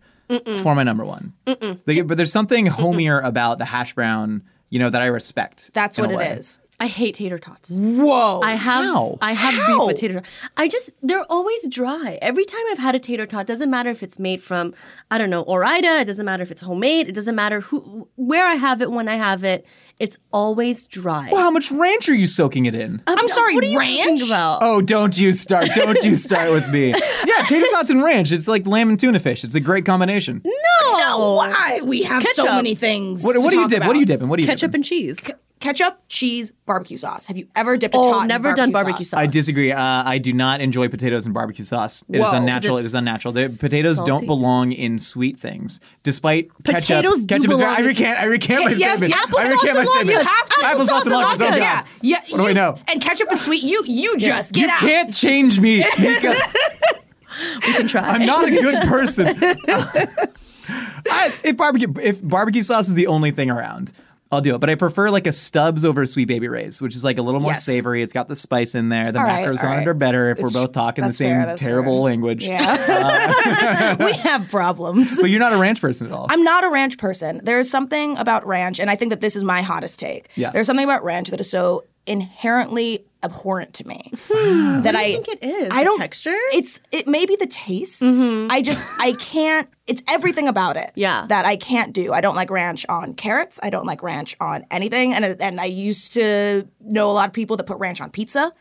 for my number one. They, but there's something homier about the hash brown. You know that I respect.
That's
in
what
a way.
it is.
I hate tater tots.
Whoa.
I have
How?
I have
How?
beef with tater tot. I just they're always dry. Every time I've had a tater tot, doesn't matter if it's made from I don't know Orida. It doesn't matter if it's homemade. It doesn't matter who where I have it when I have it. It's always dry.
Well, Oh, how much ranch are you soaking it in?
I'm sorry,
what are you
ranch.
talking about?
Oh, don't you start! Don't you start with me. Yeah, tater tots and ranch. It's like lamb and tuna fish. It's a great combination.
No, why we have so
Ketchup.
many things.
What,
to
what do you
talk
dip? What do you
about.
dipping? What do you
ketchup
dipping?
and cheese.
Ketchup, cheese, barbecue sauce. Have you ever dipped a
Oh,
tot? in
never done barbecue sauce.
I disagree. Uh, I do not enjoy potatoes and barbecue sauce. It is
Whoa.
unnatural. It
Is it
is unnatural. They- potatoes don't
salty?
belong in sweet things. Despite ketchup,
Potatoes do
ketchup is very-
belong
I
in-
recant. I recant my
Yeah,
statement.
yeah,
I recant my
applesauce and
statement.
vodka.
You have to.
Applesauce and vodka. Oh, God.
Yeah. yeah
What do
you-
I know?
And ketchup is sweet. You you just
You
get out.
can't change me. Mika.
You can try.
I'm not a good person. I, if barbecue if barbecue sauce is the only thing around, I'll do it. But I prefer like a Stubbs over a Sweet Baby Ray's, which is like a little more
Yes.
savory. It's got the spice in there. The
All right,
macros
all
on
right.
it are better if
It's-
we're both talking the
that's fair,
same
that's
terrible
fair.
language.
Yeah. we have problems.
But you're not a ranch person at all.
I'm not a ranch person. There is something about ranch, and I think that this is my hottest take.
Yeah.
There's something about ranch that is so inherently abhorrent to me that I
think it is?
I
The
don't
texture? Mm-hmm.
It's it may be the taste. I just I can't. It's everything about it.
Yeah.
that I can't do. I don't like ranch on carrots. I don't like ranch on anything. And and I used to know a lot of people that put ranch on pizza.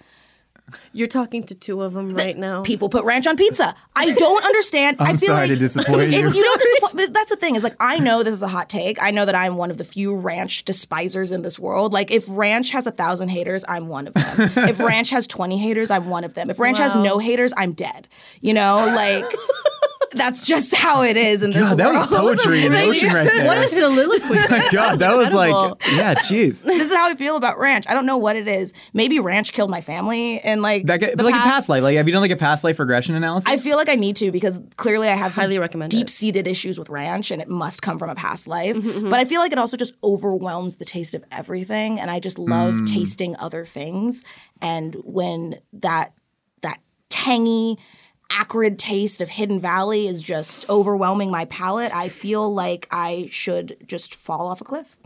You're talking to two of them right now.
People put ranch on pizza. I don't understand. I
I'm
feel
sorry
like
to disappoint
It-
you.
don't disappoint. but That's the thing is like I know this is a hot take. I know that I'm one of the few ranch despisers in this world. Like if ranch has a thousand haters, I'm one of them. if ranch has twenty haters, I'm one of them. If ranch has no haters, I'm dead. You know, like that's just how it is in this
God, that was
world.
poetry in motion right there.
What a soliloquy.
God, that was
Incredible.
like, yeah, jeez.
this is how I feel about ranch. I don't know what it is. Maybe ranch killed my family and like
That could,
the
like a
past.
past life. Like, have you done like a past life regression analysis?
I feel like I need to because clearly I have some
Highly recommend it. Mm-hmm,
deep seated issues with ranch and it must come from a past life. But I feel like it also just overwhelms the taste of everything and I just love
Mm.
tasting other things and when that that tangy acrid taste of Hidden Valley is just overwhelming my palate, I feel like I should just fall off a cliff.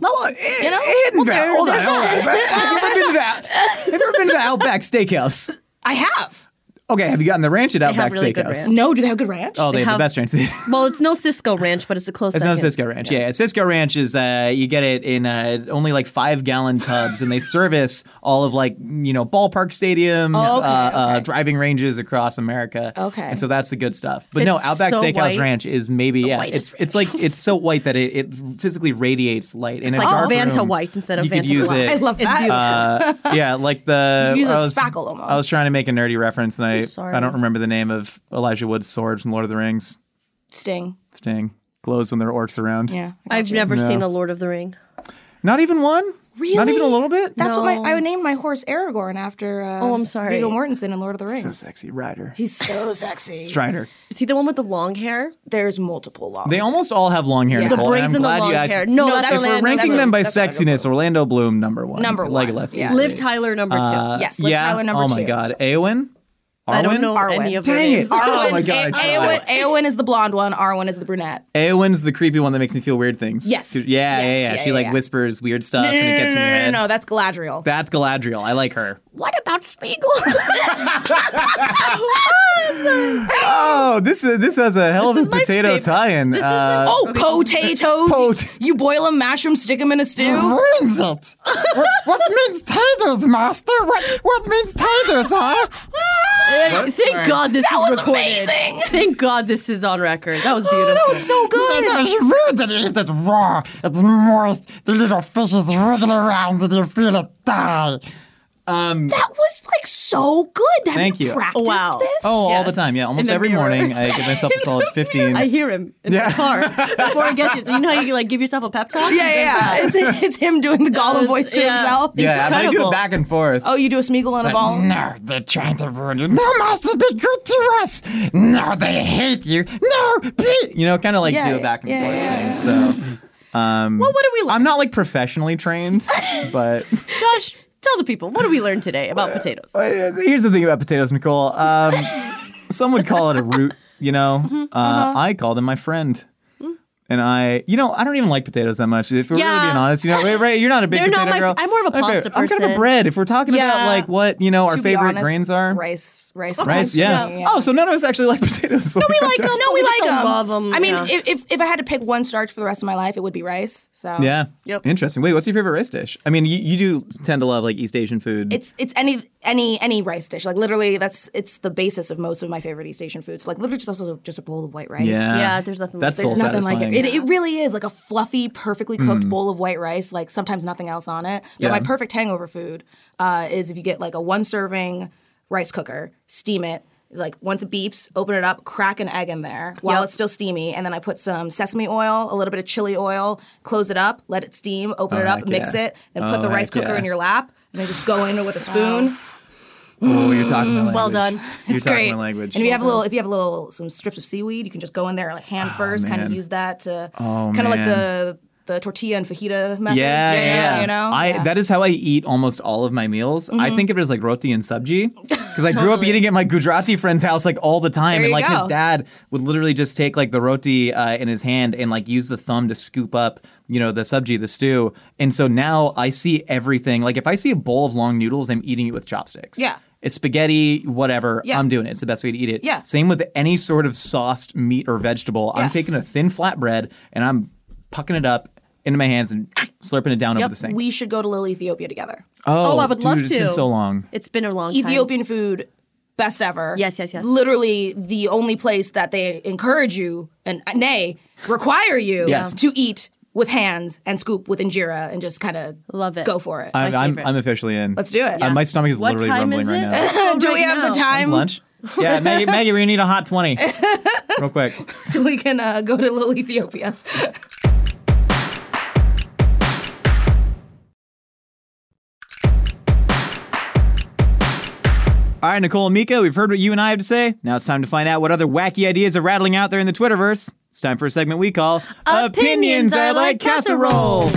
well, you
know?
Hidden Valley. Hold on, hold on. Have you ever been to that? Have you ever been to the Outback Steakhouse?
I have.
Okay, have you gotten the ranch at
have
Outback
really good
Steakhouse?
ranch.
No, do they have good ranch?
Oh, they, have,
have-
the best ranch. it's
well, it's no Cisco Ranch, but it's a close
no
second.
Cisco Ranch. Yeah. Cisco Ranch is uh, you get it in uh, only like five gallon tubs, and they service all of like you know ballpark stadiums,
Oh, okay,
uh, uh,
okay.
driving ranges across America.
Okay.
and so that's the good stuff. But no,
It's
Outback
so
Steakhouse
white.
Ranch is maybe yeah,
whitest
it's it's like it's so white that it, it physically radiates light. It's
like Vanta white instead of
you could
Vanta
use
black.
it.
I love
It's
that.
beautiful.
Uh, yeah, like the
You could use
I
a
was-
spackle almost.
I was trying to make a nerdy reference, and I
sorry.
I don't remember the name of Elijah Wood's sword from Lord of the Rings.
Sting.
Sting glows when there are orcs around.
Yeah. I got
I've
you.
never seen a Lord of the Ring.
Not even one. Not even a
Really?
little bit.
That's what my I named my horse Aragorn after. Uh,
Oh, I'm sorry.
Viggo Mortensen in Lord of the Rings.
So sexy rider.
He's so sexy.
Strider.
Is he the one with the long hair?
There's multiple laws.
They almost all have long hair.
Yeah. The
Nicole, and
Braids and
I'm
the
glad
long
you actually,
hair. No,
No,
that's,
that's-
Orlando.
we're
Ranking
That's
them
what-
by
that's what I
sexiness, Orlando Bloom number one.
Number one,
Legolas.
yeah.
easily.
Liv Tyler number two.
Uh,
Yes, Liv
yeah.
Tyler number
Oh my
two.
God, Eowyn. Arwen?
I don't know
Arwen.
any of their
Dang it!
names.
Oh my
Arwen-
God.
A- Eowyn, Eowyn is the blonde one. Arwen is the brunette.
Eowyn's the creepy one that makes me feel weird things.
Yes.
Yeah, yeah,
Yes,
yeah,
yeah,
She
yeah,
like
yeah.
whispers weird stuff and it gets in
no,
your
no, no,
head.
no, that's Galadriel.
That's Galadriel. I like her.
What about Spiegel?
Oh, this is this has a hell
This is
of a
my
potato
favorite.
tie-in.
This is
uh,
my-
oh, potatoes.
Pot- Uh-huh.
You boil them, mash them, stick them in a stew.
ruins it. what, what means taters, master? What what means taters, huh?
Thank God this
That
is
was
recorded.
amazing.
Thank God this is on record. Oh, That was beautiful.
that was so good.
It's ruined it. Eat it raw. It's moist. The little fish is wriggling around and you feel it die.
That was like so good. Have
Thank you.
practiced
Wow.
this?
Oh, all
Yes.
the time. Yeah, almost
the
every
mirror.
morning I give myself a solid fifteen.
I hear him in
Yeah.
the car before I get there. You know how you like give yourself a pep talk?
Yeah, yeah, yeah. it's, it's him doing the Gollum
was-
voice to
yeah.
himself.
yeah, but I do
Incredible.
it back and forth.
Oh, you do a Smeagol and a ball.
No, they're trying to ruin you. No, master, be good to us. No, they hate you. No, be.
You know, kind of like
Yeah,
do it back and
yeah,
forth
yeah,
thing. So. Um, well, what do we? I'm not like professionally trained, but
Josh, tell the people what did we learn today about potatoes?
Uh, here's the thing about potatoes, Nicole. Um, some would call it a root, you know.
Mm-hmm,
Uh,
uh-huh.
I call them my friend.
Mm.
And I, you know, I don't even like potatoes that much. If we're really
Yeah.
being honest, you know, Ray, Ray, you're not a big
They're
potato
not my-
girl.
I'm more of a
My favorite-
pasta
I'm kind of
person.
bread. If we're talking about
Yeah.
like what you know our
To be
favorite
honest,
grains are,
rice, rice,
rice, yeah. Oh, so none of us actually like potatoes. No,
we like them.
no, we like
just
them.
don't love them.
I mean,
yeah.
if, if if I had to pick one starch for the rest of my life, it would be rice. So
Yeah.
Yep.
Interesting. Wait, what's your favorite rice dish? I mean, you, you do tend to love like East Asian food.
It's it's any any any rice dish. Like literally, that's it's the basis of most of my favorite East Asian foods. Like literally, just also just a bowl of white rice.
yeah.
Yeah, there's nothing
That's
like-
soul
There's
Nothing
satisfying. Mm.
like it. it. It really is like a fluffy, perfectly cooked bowl of white rice. Like sometimes nothing else on it. But my perfect hangover food uh, is if you get like a one serving rice cooker, steam it. Like once it beeps, open it up, crack an egg in there while
Yep.
it's still steamy, and then I put some sesame oil, a little bit of chili oil, close it up, let it steam, open
Oh,
it up,
heck
mix
yeah.
it, then put
Oh,
the rice
heck
cooker
yeah.
in your lap, and then just go in with a spoon.
Oh, you're talking my language.
Well done.
You're
It's
talking
great.
my language.
And if you have a little, if you have a little, some strips of seaweed, you can just go in there like hand first, kind of
Ah, man.
use that to
Oh,
kind of like
man.
the the tortilla and fajita method.
Yeah, yeah, yeah.
you know,
I
Yeah. Mm-hmm.
that is how I eat almost all of my meals. I think of it as like roti and sabji because I grew up eating at my Gujarati friend's house like all the time,
There
and
you
like his
go.
dad would literally just take like the roti uh, in his hand and like use the thumb to scoop up. You know, the subji, the stew. And so now I see everything. Like, if I see a bowl of long noodles, I'm eating it with chopsticks.
Yeah.
It's spaghetti, whatever.
Yeah.
I'm doing it. It's the best way to eat it.
Yeah.
Same with any sort of sauced meat or vegetable.
Yeah.
I'm taking a thin flatbread and I'm pucking it up into my hands and slurping it down over
Yep.
the sink.
we should go to Little Ethiopia together.
Oh,
I would
dude,
love
It's been
to.
so long.
it's been a long time.
Ethiopian food, best ever.
Yes, yes, yes.
Literally the only place that they encourage you and uh, nay require you
Yes.
to eat with hands and scoop with injera and just kind of
Love it.
Go for it.
I'm, I'm,
favorite.
I'm officially in.
Let's do it.
Uh, my stomach is
What
literally
time
rumbling
is
right
it?
now.
Do we have the
It's
time?
lunch? Yeah, Maggie, Maggie, we need a hot 20. real quick.
so we can uh, go to Little Ethiopia.
All right, Nicole and Mika, we've heard what you and I have to say. Now it's time to find out what other wacky ideas are rattling out there in the Twitterverse. It's time for a segment we call
Opinions Are Like Casserole.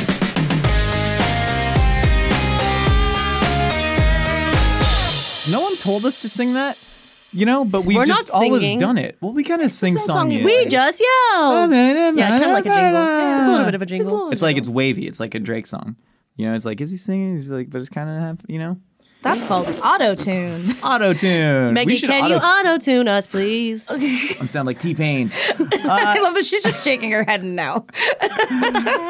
No one told us to sing that, you know, but we've
We're not
just always
singing.
done it. Well, we kind of sing song it.
We just yell. Yeah, kind of like a jingle. Yeah, it's a little bit of a jingle.
It's like it's wavy. It's like a Drake song. You know, it's like, is he singing? He's like, but it's kind of, you know,
That's called auto tune.
auto tune.
Maggie, can you auto tune us, please?
sound like T Pain.
I
Uh,
love that she's just shaking her head now.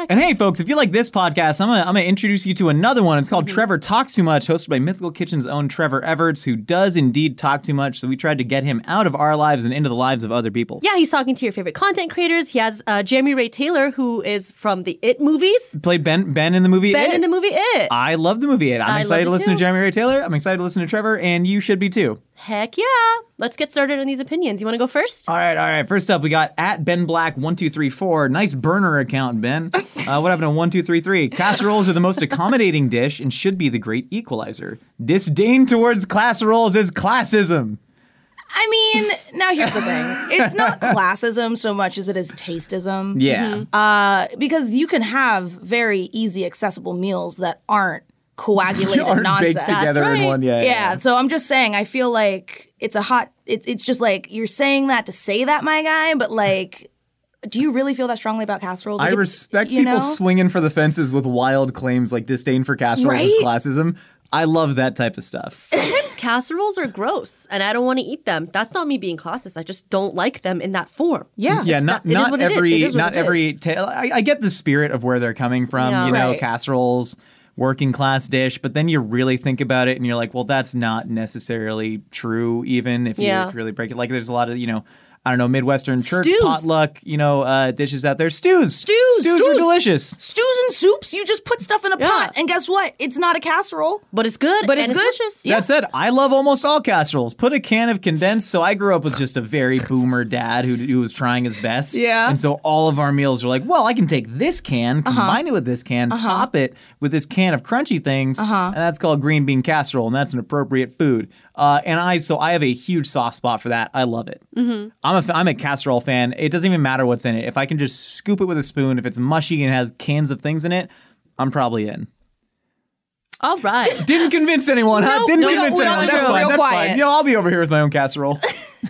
And hey, folks, if you like this podcast, I'm gonna, I'm gonna introduce you to another one. It's called
Mm-hmm.
Trevor Talks Too Much, hosted by Mythical Kitchen's own Trevor Everts, who does indeed talk too much. So we tried to get him out of our lives and into the lives of other people.
Yeah, he's talking to your favorite content creators. He has uh, Jeremy Ray Taylor, who is from the It movies.
Played Ben Ben in the movie.
Ben
It.
in the movie It.
I love the movie. It. I'm
I loved
excited to
it
listen to
too.
Jeremy Ray Taylor. I'm excited to listen to Trevor, and you should be too.
Heck yeah. Let's get started on these opinions. You want to go first?
All right, all right. First up, we got at Ben Black one two three four. Nice burner account, Ben. Uh, what happened to one two three three? Casseroles are the most accommodating dish and should be the great equalizer. Disdain towards casseroles is classism.
I mean, now here's the thing. It's not classism so much as it is tasteism.
Yeah.
Uh, because you can have very easy accessible meals that aren't coagulated
Aren't
nonsense.
baked together in
right.
one. Yeah.
Yeah, so I'm just saying I feel like it's a hot it's it's just like you're saying that to say that, my guy, but like do you really feel that strongly about casseroles?
I
Like, it-
respect
you
people
know?
swinging for the fences with wild claims like disdain for casseroles is
Right?
classism. I love that type of stuff.
Sometimes casseroles are gross and I don't want to eat them. That's not me being classist. I just don't like them in that form.
Yeah.
yeah,
It's
not
not- it is
not
what it is.
every
It is what
not
it
every. Ta- I, I get the spirit of where they're coming from.
Yeah.
You know,
Right.
casseroles, working class dish. But then you really think about it, and you're like, well, that's not necessarily true. Even if you
Yeah.
if you really break it, like there's a lot of you know. I don't know, Midwestern church
Stews.
potluck, you know, uh, dishes out there. Stews.
Stews,
Stews are
stews.
delicious.
Stews and soups, you just put stuff in a pot and guess what? It's not a casserole.
But it's good.
But it's
and
good.
delicious.
That said, I love almost all casseroles. Put a can of condensed. So I grew up with just a very boomer dad who, who was trying his best.
Yeah.
And so all of our meals were like, well, I can take this can, combine it with this can, top it with this can of crunchy things, and that's called green bean casserole, and that's an appropriate food. Uh, and I so I have a huge soft spot for that. I love it. Mm-hmm. I'm a f- I'm a casserole fan. It doesn't even matter what's in it. If I can just scoop it with a spoon, if it's mushy and has cans of things in it, I'm probably in.
All right.
Didn't convince anyone. huh?
Nope,
Didn't
nope,
convince
we all
anyone.
just
That's
were
fine.
real
That's
quiet.
fine. You know, I'll be over here with my own casserole.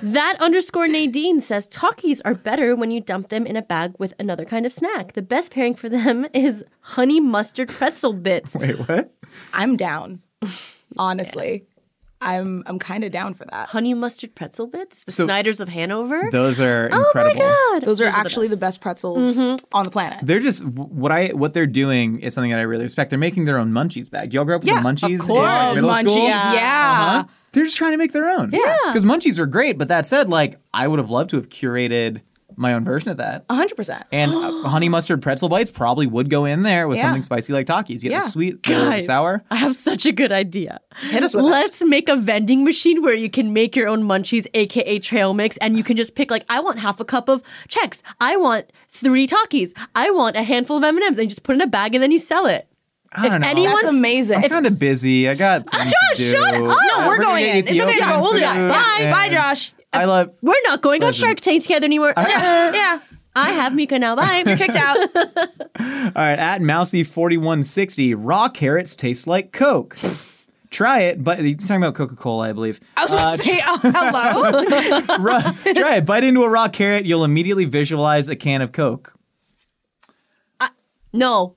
That underscore Nadine says talkies are better when you dump them in a bag with another kind of snack. The best pairing for them is honey mustard pretzel bits.
Wait, what?
I'm down. Honestly. I'm I'm kinda down for that.
honey mustard pretzel bits? The
So-
Snyders of Hanover?
Those are
Oh my
incredible.
god.
Those are actually the best, Mm-hmm. pretzels on the planet.
They're just what I what they're doing is something that I really respect. They're making their own munchies bag. Do y'all grow up with
Yeah,
the munchies?
of course. Oh,
in, like, middle
munchies,
school?
yeah.
Uh-huh. They're just trying to make their own. Yeah. Because munchies are great, but that said, like I would have loved to have curated my own version of that.
hundred percent.
And uh, honey mustard pretzel bites probably would go in there with
Yeah.
something spicy like Takis. You get
Yeah.
the sweet, the
Guys,
sour.
I have such a good idea.
Hit us with it.
Let's make a vending machine where you can make your own munchies, aka trail mix, and you can just pick like I want half a cup of Chex, I want three Takis, I want a handful of M and M's, and you just put it in a bag and then you sell it.
I don't know.
anyone-
That's
Once-
amazing.
I'm kind of busy. I got. things to
Josh, shut
do.
up!
Uh,
No, we're going
gonna
in.
get
It's okay to
Ethiopian
go. We'll do that.
food
Bye.
and-
Bye, Josh.
I love.
We're not going on Shark Tank together anymore.
Yeah.
I have Mika now. Bye.
Kicked out.
All right, at Mousy4160, raw carrots taste like Coke. Try it, but he's talking about Coca Cola, I believe.
I was about to say, oh, hello.
Ru- try it, bite into a raw carrot, you'll immediately visualize a can of Coke.
no.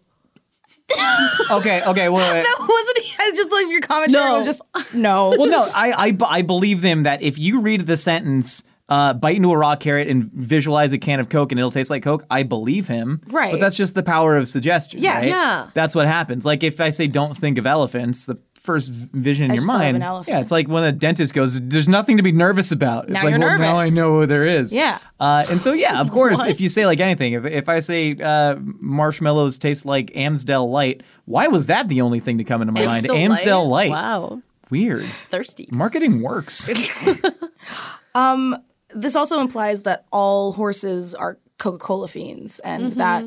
Okay, okay, wait, wait.
Wasn't he? I just like your commentary
No.
was just no.
Well, no, I, I, b- I believe them that if you read the sentence, uh, bite into a raw carrot and visualize a can of Coke and it'll taste like Coke, I believe him.
Right.
But that's just the power of suggestion.
Yes.
right?
Yeah.
That's what happens. Like if I say don't think of elephants, the first v- vision in your
just thought of
mind.
an elephant.
Yeah, it's like when a dentist goes, there's nothing to be nervous about. It's
Now
like,
you're
well, now I
nervous.
know what there is.
Yeah.
Uh, and so, yeah, of course, if you say like anything, if, if I say uh, marshmallows taste like Amstel Light, why was that the only thing to come into my mind?
Still
Amstel Light.
Wow.
Weird.
Thirsty.
Marketing works.
this also implies that all horses are Coca Cola fiends, and that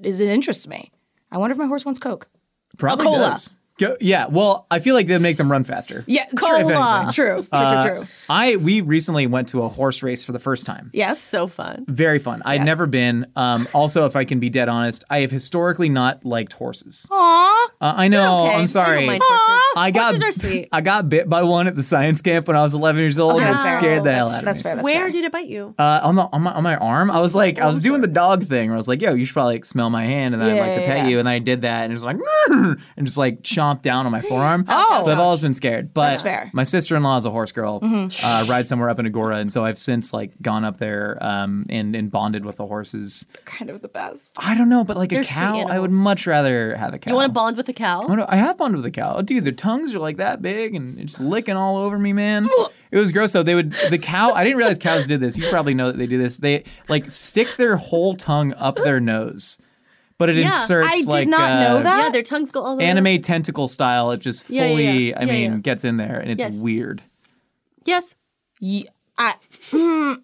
is it interests me. I wonder if my horse wants Coke.
Probably
cola.
does.
Go, yeah, well, I feel like they make them run faster.
Yeah,
if
true, Uh,
anything. Uh,
true, true, true, true.
I we recently went to a horse race for the first time.
Yes.
So fun.
Very fun. I'd
Yes.
never been. Um, also, if I can be dead honest, I have historically not liked horses.
Oh,
Uh,
Aw.
I know.
Okay,
I'm
I don't
sorry.
mind horses.
I got
Horses are sweet.
I got bit by one at the science camp when I was 11 years old, and it
fair.
scared the hell
That's-
out of
That's
me.
fair. That's
Where
fair.
did it bite you?
Uh, on the on my, on my arm, I was like, I was doing the dog thing where I was like, "Yo, you should probably like smell my hand," and then I'd like to
Yeah,
pet
yeah,
you, and I did that, and it was like, "Grr," and just like chomped down on my forearm.
Oh.
so I've always been scared. But
That's fair. Mm-hmm.
my sister in law is a horse girl, uh, rides somewhere up in Agora, and so I've since like gone up there um, and and bonded with the horses.
kind of the best.
I don't know, but like
They're
a
sweet
cow, I would
animals.
much rather have a cow.
You want to bond with a
I
cow?
wanna- I have bonded with a cow, dude. Their tongues are like that big and it's licking all over me, man. It was gross though. They would the cow. I didn't realize cows did this. You probably know that they do this. They like stick their whole tongue up their nose, but it
Yeah,
inserts.
I did
like,
not
uh,
know that.
Yeah, their tongues go all the way. up.
Anime tentacle style. It just fully.
Yeah, yeah, yeah.
I
Yeah,
mean,
yeah.
gets in there and it's
Yes.
weird.
Yes.
Ye- I, mm,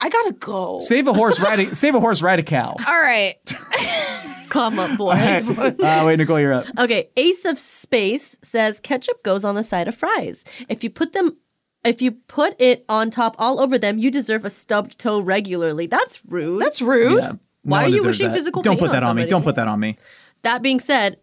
I gotta go.
Save a horse, ride a save a horse, ride a cow.
All right.
Come up, boy.
Uh, wait, Nicole, you're up.
Okay, Ace of Space says ketchup goes on the side of fries. If you put them if you put it on top all over them, you deserve a stubbed toe regularly. That's rude.
That's rude.
No
Why
one
are you
deserves
wishing
that.
physical
Don't
pain
put that
on
on me.
somebody?
Don't put that on me.
that being said,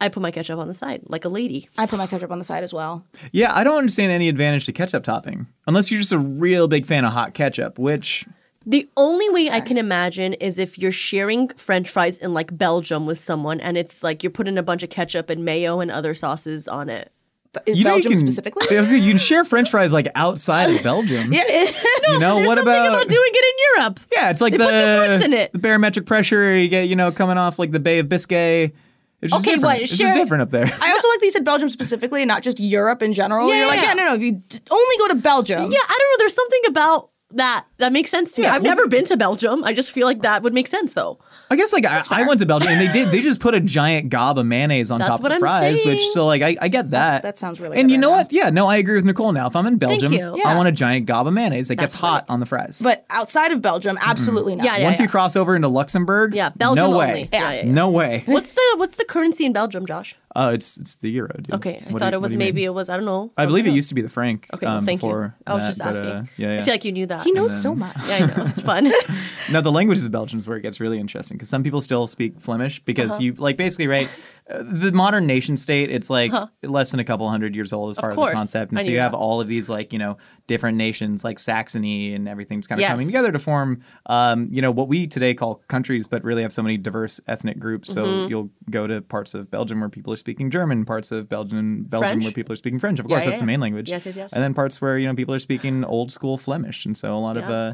I put my ketchup on the side like a lady.
I put my ketchup on the side as well.
Yeah, I don't understand any advantage to ketchup topping unless you're just a real big fan of hot ketchup, which
The only way I can imagine is if you're sharing french fries in like Belgium with someone and it's like you're putting a bunch of ketchup and mayo and other sauces on it.
But in
you know
Belgium
you can,
specifically?
I was gonna- you can share French fries like outside of Belgium. yeah, you know what
Something
about,
about doing it in Europe.
yeah? It's like
They
the
put difference in it.
the barometric pressure you get, you know, coming off like the Bay of Biscay. It's just
Okay,
different.
what,
It's
share-
just different up there.
I also like that you said Belgium specifically and not just Europe in general.
Yeah,
You're like,
yeah.
yeah, no, no. If you d- only go to Belgium,
Yeah, I don't know. There's something about that that makes sense to me.
Yeah,
I've
well-
never been to Belgium. I just feel like that would make sense though.
I guess like I, I went to Belgium and they did they just put a giant gob of mayonnaise on
That's
top of
what
the
I'm
fries, which
saying.
so like I, I get that.
that sounds really
Uh, And
good
you
right
know
now.
what? Yeah, no, I agree with Nicole now. If I'm in Belgium,
you.
Yeah.
I want a giant gob of mayonnaise that gets hot on the fries.
but outside of Belgium,
Mm-hmm.
absolutely not.
Yeah, yeah.
Once you cross over into Luxembourg,
Yeah, Belgium
no way.
only. Yeah, yeah, yeah.
No way.
What's the what's the currency in Belgium, Josh?
Oh, it's it's the euro, dude.
Okay, I
What do
thought
you-
it
what
was
do you mean?
maybe it was I don't know.
I believe it used to be the franc.
Okay, well,
um,
thank you.
before
I was
that,
just
but, uh,
asking.
yeah, yeah.
I feel like you knew that.
He knows so much.
yeah, I know. It's fun.
Now the languages of Belgium is where it gets really interesting because some people still speak Flemish because
Uh-huh.
you like basically right. uh, The modern nation state, it's like less than a couple hundred years old as far as
Uh-huh. course.
the concept, and
I
so
knew
you have
that.
all of these like you know different nations like Saxony and everything's kind of
Yes.
coming together to form um, you know what we today call countries, but really have so many diverse ethnic groups. So
Mm-hmm.
you'll go to parts of Belgium where people are speaking German, parts of Belgium Belgium
French?
where people are speaking French. Of course,
yeah,
that's
yeah.
the main language.
Yes, yes, yes.
And then parts where you know people are speaking old school Flemish, and so a lot of
Yeah.
uh,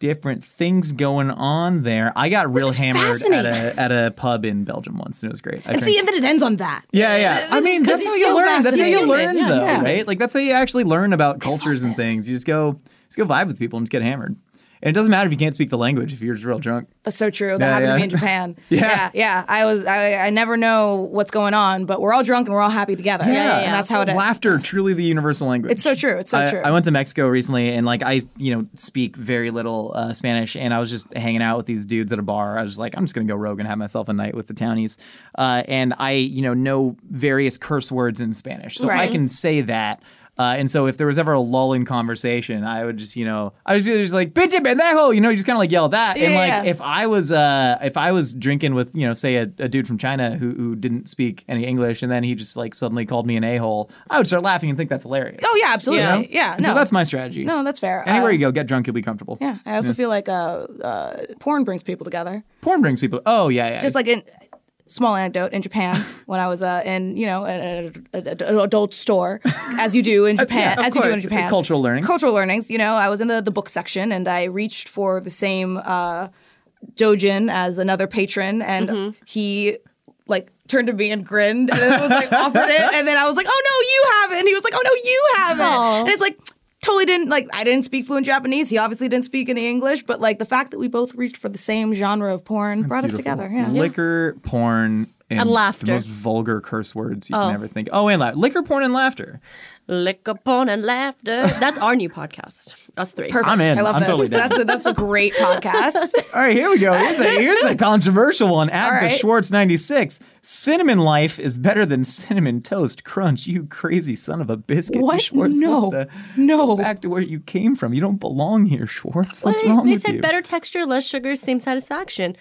different things going on there. I got real
is
hammered at
fascinating.
a at a pub in Belgium once, and it was great. I
And
drank-
see, and then it ends on that.
yeah, yeah. I
This
mean,
is-
that's
this
how
is
you
so
learn. That's how you
fascinating.
learn,
Yeah,
though,
yeah.
right? Like that's how you actually learn about cultures and
this.
things. You just go, just go vibe with people and just get hammered. And it doesn't matter if you can't speak the language if you're just real drunk.
That's so true. That
Yeah,
happened
yeah.
to me in Japan.
Yeah.
yeah, yeah. I was. I, I never know what's going on, but we're all drunk and we're all happy together. Yeah,
yeah,
And that's how it. Is.
Laughter, truly the universal language.
It's so true. It's so
I,
true.
I went to Mexico recently, and like I, you know, speak very little uh, Spanish, and I was just hanging out with these dudes at a bar. I was just like, I'm just gonna go rogue and have myself a night with the townies, uh, and I, you know, know various curse words in Spanish, so I
Right.
can say that. Uh, and so, if there was ever a lull in conversation, I would just, you know, I was just like "bitch pendejo," you know, you just kind of like yell that. and
Yeah.
like, if I was, uh, if I was drinking with, you know, say a, a dude from China who, who didn't speak any English, and then he just like suddenly called me an a hole, I would start laughing and think that's hilarious.
oh yeah, absolutely.
You
Yeah,
know? And
no,
So that's my strategy.
no, that's fair.
Anywhere
Uh,
you go, get drunk, you'll be comfortable.
Yeah, I also feel like uh, uh, porn brings people together.
Porn brings people. Oh yeah, yeah.
Just like in small anecdote in Japan, when I was uh, in you know an, an, an adult store, as you do in Japan,
yeah, of
as you do in
course.
Japan,
Cultural learnings.
cultural learnings. You know, I was in the the book section and I reached for the same uh, dojin as another patron, and
Mm-hmm.
he. Like turned to me and grinned, and then was like offered it, and then I was like, "Oh no, you have it!" And he was like, "Oh no, you have it!"
Aw.
And it's like totally didn't like I didn't speak fluent Japanese. He obviously didn't speak any English, but like the fact that we both reached for the same genre of porn brought us together. Yeah.
Liquor, porn, and
laughter.
The most vulgar curse words you can ever think. Oh, and laughter. Liquor porn and laughter.
Lick upon and laughter. That's our new podcast. Us three.
Perfect.
I'm in.
I love
I'm
this.
totally down.
that's a, that's a great podcast.
All right, here we go. Here's a, here's a controversial one. At
All
the
right.
Schwartz 96, cinnamon life is better than cinnamon toast crunch. You crazy son of a biscuit.
What?
Schwartz,
No.
what the-
No.
Go back to where you came from. You don't belong here, Schwartz. What's wrong
they
with
said
you?
better texture, less sugar, same satisfaction.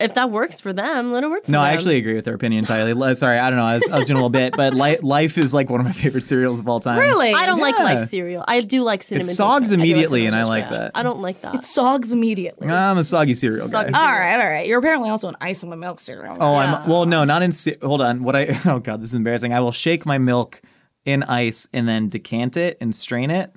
If that works for them, let it work for
No,
them.
I actually agree with her opinion entirely. Li- Sorry, I don't know. I was, I was doing a little bit, but li- life is like one of my favorite cereals of all time.
really?
I don't like
Yeah.
life cereal. I do like cinnamon. Toast
soggs
Crunch. I do
immediately,
cinnamon
and I
Toast
like
Crunch.
that.
I don't like that.
Sogs immediately.
I'm a soggy cereal
Soggy cereal.
guy.
all right, all right. You're apparently also an ice in the milk cereal.
Oh, I'm well. No, not in. ce- Hold on. What I? Oh God, this is embarrassing. I will shake my milk in ice and then decant it and strain it.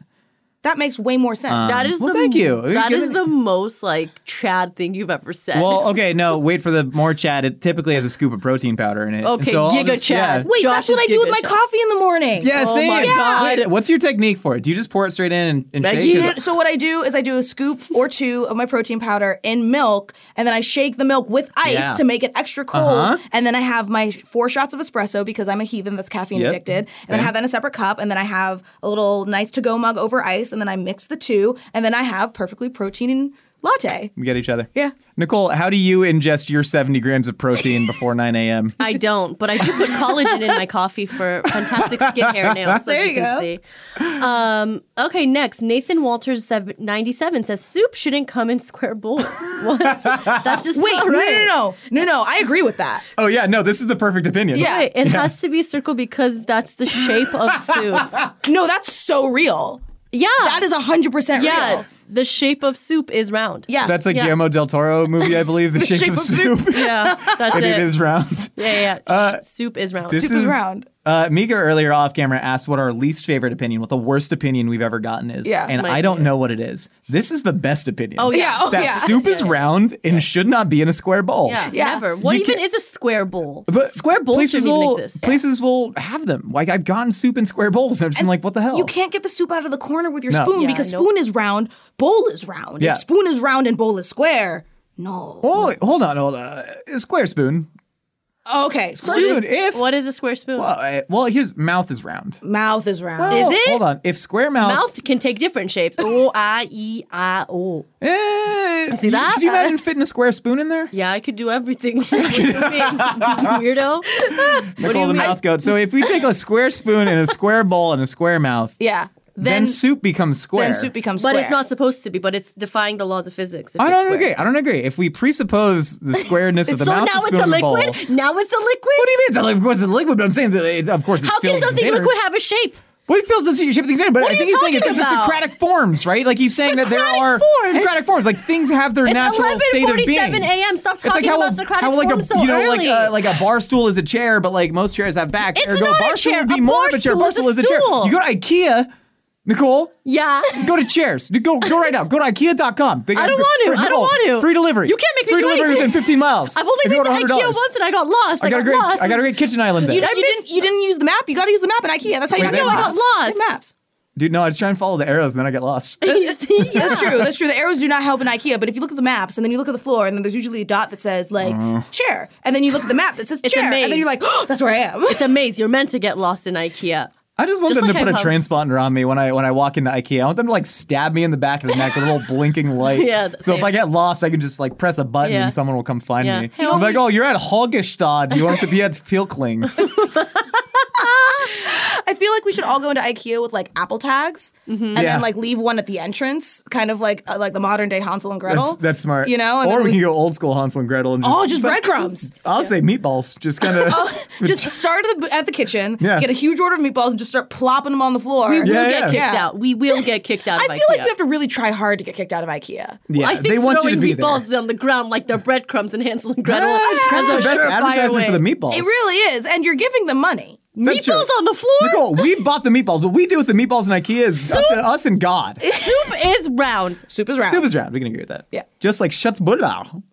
that makes way more sense.
that is
well,
the,
thank you.
That
You're
is
giving-
the most like Chad thing you've ever said.
Well, okay, no, wait for the more chat. It typically has a scoop of protein powder in it. And
Okay,
so I'll
giga
just-
chat.
Wait,
Josh
that's what
is
I do with my
giving a-
coffee in the morning.
Yeah, yeah
Oh
same.
my
Wait,
God.
What's your technique for it? Do you just pour it straight in and, and
Becky?
shake? 'Cause
No, no, So what I do is I do a scoop or two of my protein powder in milk, and then I shake the milk with ice
Yeah.
to make it extra cold. And then I have my four shots of espresso because I'm a heathen that's caffeine
Yep.
addicted. And then I
Same.
have that in a separate cup, and then I have a little nice to go mug over ice, and then I mix the two, and then I have perfectly protein latte.
We get each other.
Yeah.
Nicole, how do you ingest your 70 grams of protein before 9 a.m.?
I don't, but I do put collagen in my coffee for fantastic skin, hair, and nails. There you,
you
can
go.
see. Um, okay, next. Nathan Walters, sev- 97, says soup shouldn't come in square bowls. What? That's just
Wait,
not
no,
right.
no, no, no, no, no. I agree with that.
Oh, yeah, no, this is the perfect opinion.
Yeah.
Right, it has to be circle because that's the shape of soup.
No, that's so real.
Yeah.
That is hundred percent
Yeah.
real.
The shape of soup is round.
Yeah,
That's a
Yeah.
Guillermo del Toro movie, I believe, The, Shape,
Shape
of
of
Soup.
Yeah. That's
and
it.
it is round.
Yeah, yeah. yeah. Sh- soup is round.
This
Soup is round.
Uh, Mika earlier off camera asked what our least favorite opinion, what the worst opinion we've ever gotten is.
Yeah.
and
Might
I don't
be.
know what it is. This is the best opinion.
Oh,
Yeah, oh,
that
yeah.
soup is round and should not be in a square bowl.
yeah,
Yeah.
never. What
You
even is
can't-
a square bowl?
But
square bowls
places
shouldn't even
will,
exist.
Places will have them. Like I've gotten soup in square bowls, and I've just been like, "What the hell?"
You can't get the soup out of the corner with your
No.
spoon
Yeah,
because
nope.
spoon is round, bowl is round.
Yeah.
If spoon is round and bowl is square, no.
Oh, hold on, hold on. Uh, Square spoon.
Okay,
Square
soup-
spoon. If
what is a square spoon?
uh, well, here's mouth is round.
mouth is round.
Is
Oh,
it?
Hold on. If square mouth.
Mouth can take different shapes. O I E I O.
Eh,
see
you-
that. Uh,
Could you imagine fitting a square spoon in there?
Yeah, I could do everything. What do you mean? Weirdo. What do
Nicole
you
the
mean?
mouth goat. So if we take a square spoon and a square bowl and a square mouth,
yeah.
then,
Then
soup becomes square.
then soup becomes
But
square.
it's not supposed to be. But it's defying the laws of physics. if
I
it's
don't
square.
agree. I don't agree. If we presuppose the squareness of the
so
mouth
now
and
it's
spoon
a
and bowl,
liquid. Now it's a liquid.
What do you mean? It's a, of course, it's a liquid, but I'm saying that it's, of course, it
How can
fills the
something
container.
liquid have a shape?
Well, it fills the shape of the container, but
What are
I think
you
he's saying it's
talking
the
about?
Socratic forms, right? Like he's saying that there
Socratic
are
forms?
Socratic forms. Like things have their
It's
natural state of being.
11:47 a.m. Stop
it's like
talking
how
about
a,
Socratic
how like a,
forms so
you know,
early.
like a, like a bar stool is a chair, but like most chairs have backs.
It's
Ergo,
not a
bar stool
chair.
would be
A
more
bar
of a chair.
stool
Bar
is a
stool is a chair.
stool.
You go to IKEA, Nicole.
Yeah.
Go to chairs. Go go right now. Go to IKEA.com. They got
I don't
gr-
want to.
free-
I don't want to.
Free delivery.
You can't make me
free
do
delivery
anything.
within 15 miles.
I've only
if
been
you
to
order
IKEA
$100.
once and I got lost. I,
I got a great
lost.
I got a great kitchen island there.
You,
I
you
missed-
didn't, you didn't use the map. You got to use the map at IKEA. That's how you
Wait,
get
they got
maps.
lost.
Get Maps.
Dude, no, I was trying to follow the arrows and then I got lost.
You see?
That's true. That's true. The arrows do not help in IKEA, but if you look at the maps and then you look at the floor and then there's usually a dot that says like
Uh-huh.
chair, and then you look at the map that says
It's a
chair, and
maze.
then you're like, oh, that's where I am.
It's a maze. You're meant to get lost in IKEA.
I just want
Just
them
like
to
I
put a
pub-
transponder on me when I when I walk into IKEA. I want them to like stab me in the back of the neck with a little blinking light.
Yeah,
So if
same.
I get lost, I can just like press a button
Yeah.
and someone will come find
Yeah.
me.
Hey,
I'm like, oh, you're at Hogestad. You want to be at Filkling.
I feel like we should all go into IKEA with like Apple tags, and
Yeah.
then like leave one at the entrance, kind of like uh, like the modern day Hansel and Gretel.
That's, that's smart.
You know, and
or
then
we,
we-
can go old school Hansel and Gretel and just,
Oh, just breadcrumbs.
I'll say meatballs. Just kind of.
just start at the, at the kitchen,
Yeah.
get a huge order of meatballs, and just start plopping them on the floor.
We will
Yeah,
get
yeah.
kicked
Yeah.
out. We will get kicked out
I
of
feel
IKEA.
like you have to really try hard to get kicked out of IKEA.
yeah,
I think
they want you
throwing
to be
meatballs
there.
on the ground like they're breadcrumbs in Hansel and Gretel.
Ah, it's kind
as
of
a
the best
surefire
advertisement for
way.
the meatballs.
It really is, and you're giving them money.
That's true.
Meatballs on the floor?
Nicole, we bought the meatballs. What we do with the meatballs in IKEA is up to us and God.
Soup is round.
Soup is round.
Soup is round. We can agree with that.
Yeah.
Just like Schatzbullar.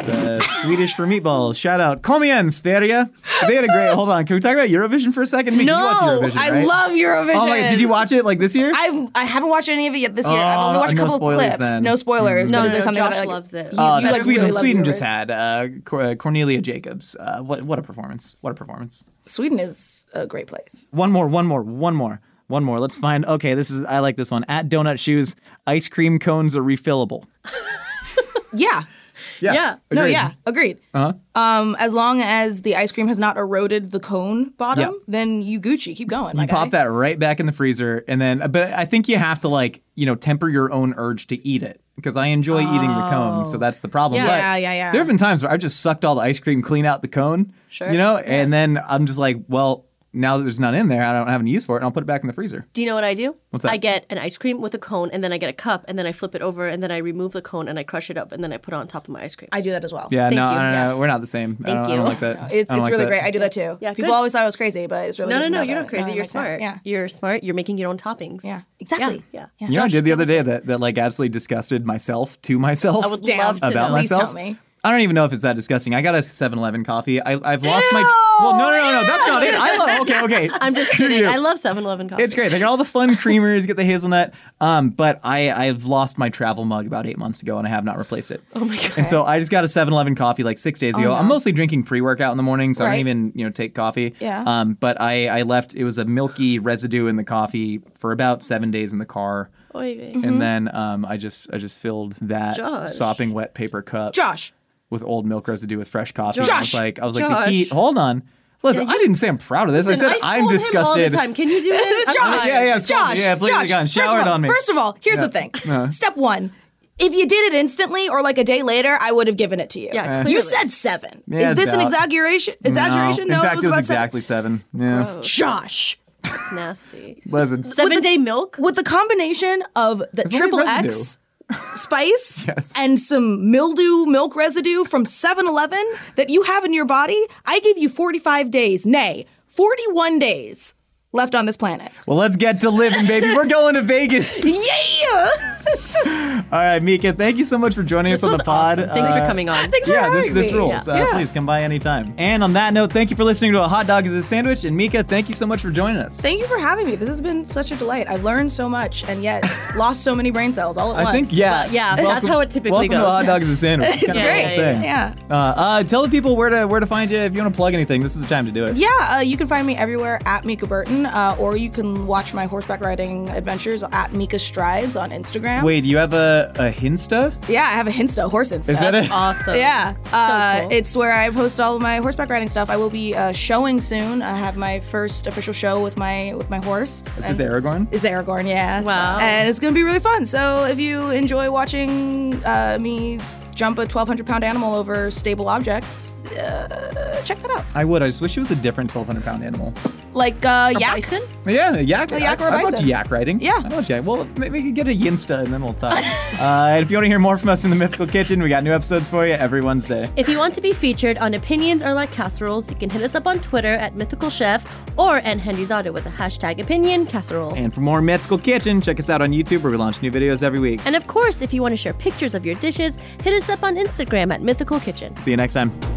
It's, uh, Swedish for meatballs. Shout out. Kom igen, Sverige. They had a great. Hold on. Can we talk about Eurovision for a second? Mick, you watched
No,
Eurovision,
I
right?
love Eurovision.
Oh my! Did you watch it like this year?
I've I haven't watched any of it yet this year. I've
Oh,
only watched a
no
couple of
spoilers
clips.
then.
No spoilers.
No, Mm-hmm. no,
but is there
no,
something
Josh
that, like,
loves it.
You,
Oh,
you,
Uh,
like,
Sweden.
really love
Sweden just
Eurovision.
had uh, Cor- uh, Cornelia Jacobs. Uh, what what a performance! What a performance!
Sweden is a great place.
One more, one more, one more, one more. Let's find. Okay, this is I like this one. At Donut Shoes, ice cream cones are refillable.
Yeah.
Yeah.
Yeah.
No,
agreed.
yeah, agreed. Uh-huh. Um, as long as the ice cream has not eroded the cone bottom,
Yeah.
then you Gucci, keep going.
You pop that right back in the freezer, and then. uh, But I think you have to like you know temper your own urge to eat it because I enjoy eating the cone, so that's the problem.
Yeah.
But
Yeah, yeah, yeah.
There have been times where I've just sucked all the ice cream, clean out the cone,
Sure.
you know, and then I'm just like, well, now that there's none in there, I don't have any use for it, and I'll put it back in the freezer.
Do you know what I do?
What's that?
I get an ice cream with a cone, and then I get a cup, and then I flip it over, and then I remove the cone, and I crush it up, and then I put it on top of my ice cream.
I do that as well.
Yeah,
Thank you.
no, I don't
Yeah.
know. We're not the same. I don't, I don't
you.
like that. I
It's,
don't
it's
like
really
that.
great. I do that too.
Yeah,
People
good.
always thought I was crazy, but it's really
no, no,
good to
no,
know
you're
that
not
it
crazy.
kinda
You're
makes sense.
smart.
Yeah,
You're smart. You're making your own toppings.
Yeah, exactly.
Yeah.
Yeah.
You know, I did the other day that, that like absolutely disgusted myself to myself.
I would
Damn.
love to
about
know.
Please
myself.
tell me.
I don't even know if it's that disgusting. I got a 7-Eleven coffee. I, I've lost my. Well, no, no, no, no. That's not it. I love. Okay, okay.
I'm just
Screw
kidding.
you.
I love 7-Eleven coffee.
It's great. They got all the fun creamers. Get the hazelnut. Um, but I I've lost my travel mug about eight months ago, and I have not replaced it. Oh my god! And so I just got a 7-Eleven coffee like six days ago. I'm mostly drinking pre-workout in the morning, so I
Right.
don't even you know take coffee.
Yeah.
Um, but I I left. It was a milky residue in the coffee for about seven days in the car.
Oy vey.
And then um, I just I just filled that
Josh.
sopping wet paper cup
Josh,
with old milk residue with fresh coffee. I was
Josh.
like I was like
Josh.
the heat. Hold on, listen. I didn't say I'm proud of this. I said
And
I'm
scold Him all
disgusted.
the time. Can you do this? I'm
Josh,
fine.
Yeah, yeah, it's
Josh,
called- yeah, blame the
Josh.
gun. Shower
first
it
of all,
on me. Uh-huh.
First of all, here's the thing. Step one. If you did it instantly or like a day later, I would have given it to you.
Yeah,
you
clearly.
said seven.
Uh-huh. Yeah,
Is this an
doubt.
exaggeration? Exaggeration?
No, in
No,
fact,
it was about
exactly seven. Yeah,
seven. Josh,
It's nasty.
listen.
Seven day milk.
with the combination of the
only
triple X spice and some mildew milk residue from 7-Eleven that you have in your body, I give you 45 days, nay, 41 days left on this planet.
Well, let's get to living, baby. We're going to Vegas.
Yeah!
All right, Mika. Thank you so much for joining
This
us on
was
the pod.
awesome. Thanks for
Uh,
coming on.
Thanks for
yeah, this
having
this
me.
rules. Uh, Please come by anytime. And on that note, thank you for listening to a hot dog is a sandwich. And Mika, thank you so much for joining us.
Thank you for having me. This has been such a delight. I've learned so much and yet lost so many brain cells all at
I think
once.
yeah,
But yeah, that's how it typically
Welcome
goes.
to hot dog is a sandwich. It's,
It's
kind of a
great.
whole thing.
Yeah.
Uh, uh, tell the people where to where to find you if you want to plug anything. This is the time to do it.
Yeah, uh, you can find me everywhere at Mika Burton, uh, or you can watch my horseback riding adventures at Mika Strides on Instagram.
Wait, you have a a Hinsta?
Yeah, I have a Hinsta, horse Insta.
Is that it?
Awesome.
Yeah, uh,
cool.
it's where I post all of my horseback riding stuff. I will be uh, showing soon. I have my first official show with my with my horse.
This is Aragorn.
Is Aragorn, yeah.
Wow.
And it's gonna be really fun. So if you enjoy watching uh, me jump a 1,200 pound animal over stable objects, uh, check that out.
I would. I just wish it was a different 1,200 pound animal.
Like uh, yak.
Bison.
Yeah, a yak.
A yak
I-
or a
I watch
bison.
yak riding.
Yeah.
I watch yak. Well, maybe we could get a Yinsta and then we'll talk. uh, and if you want to hear more from us in the Mythical Kitchen, we got new episodes for you every Wednesday.
If you want to be featured on Opinions Are Like Casseroles, you can hit us up on Twitter at Mythical Chef or at Hendy's Auto with the hashtag Opinion Casserole.
And for more Mythical Kitchen, check us out on YouTube where we launch new videos every week.
And of course, if you want to share pictures of your dishes, hit us up on Instagram at Mythical Kitchen.
See you next time.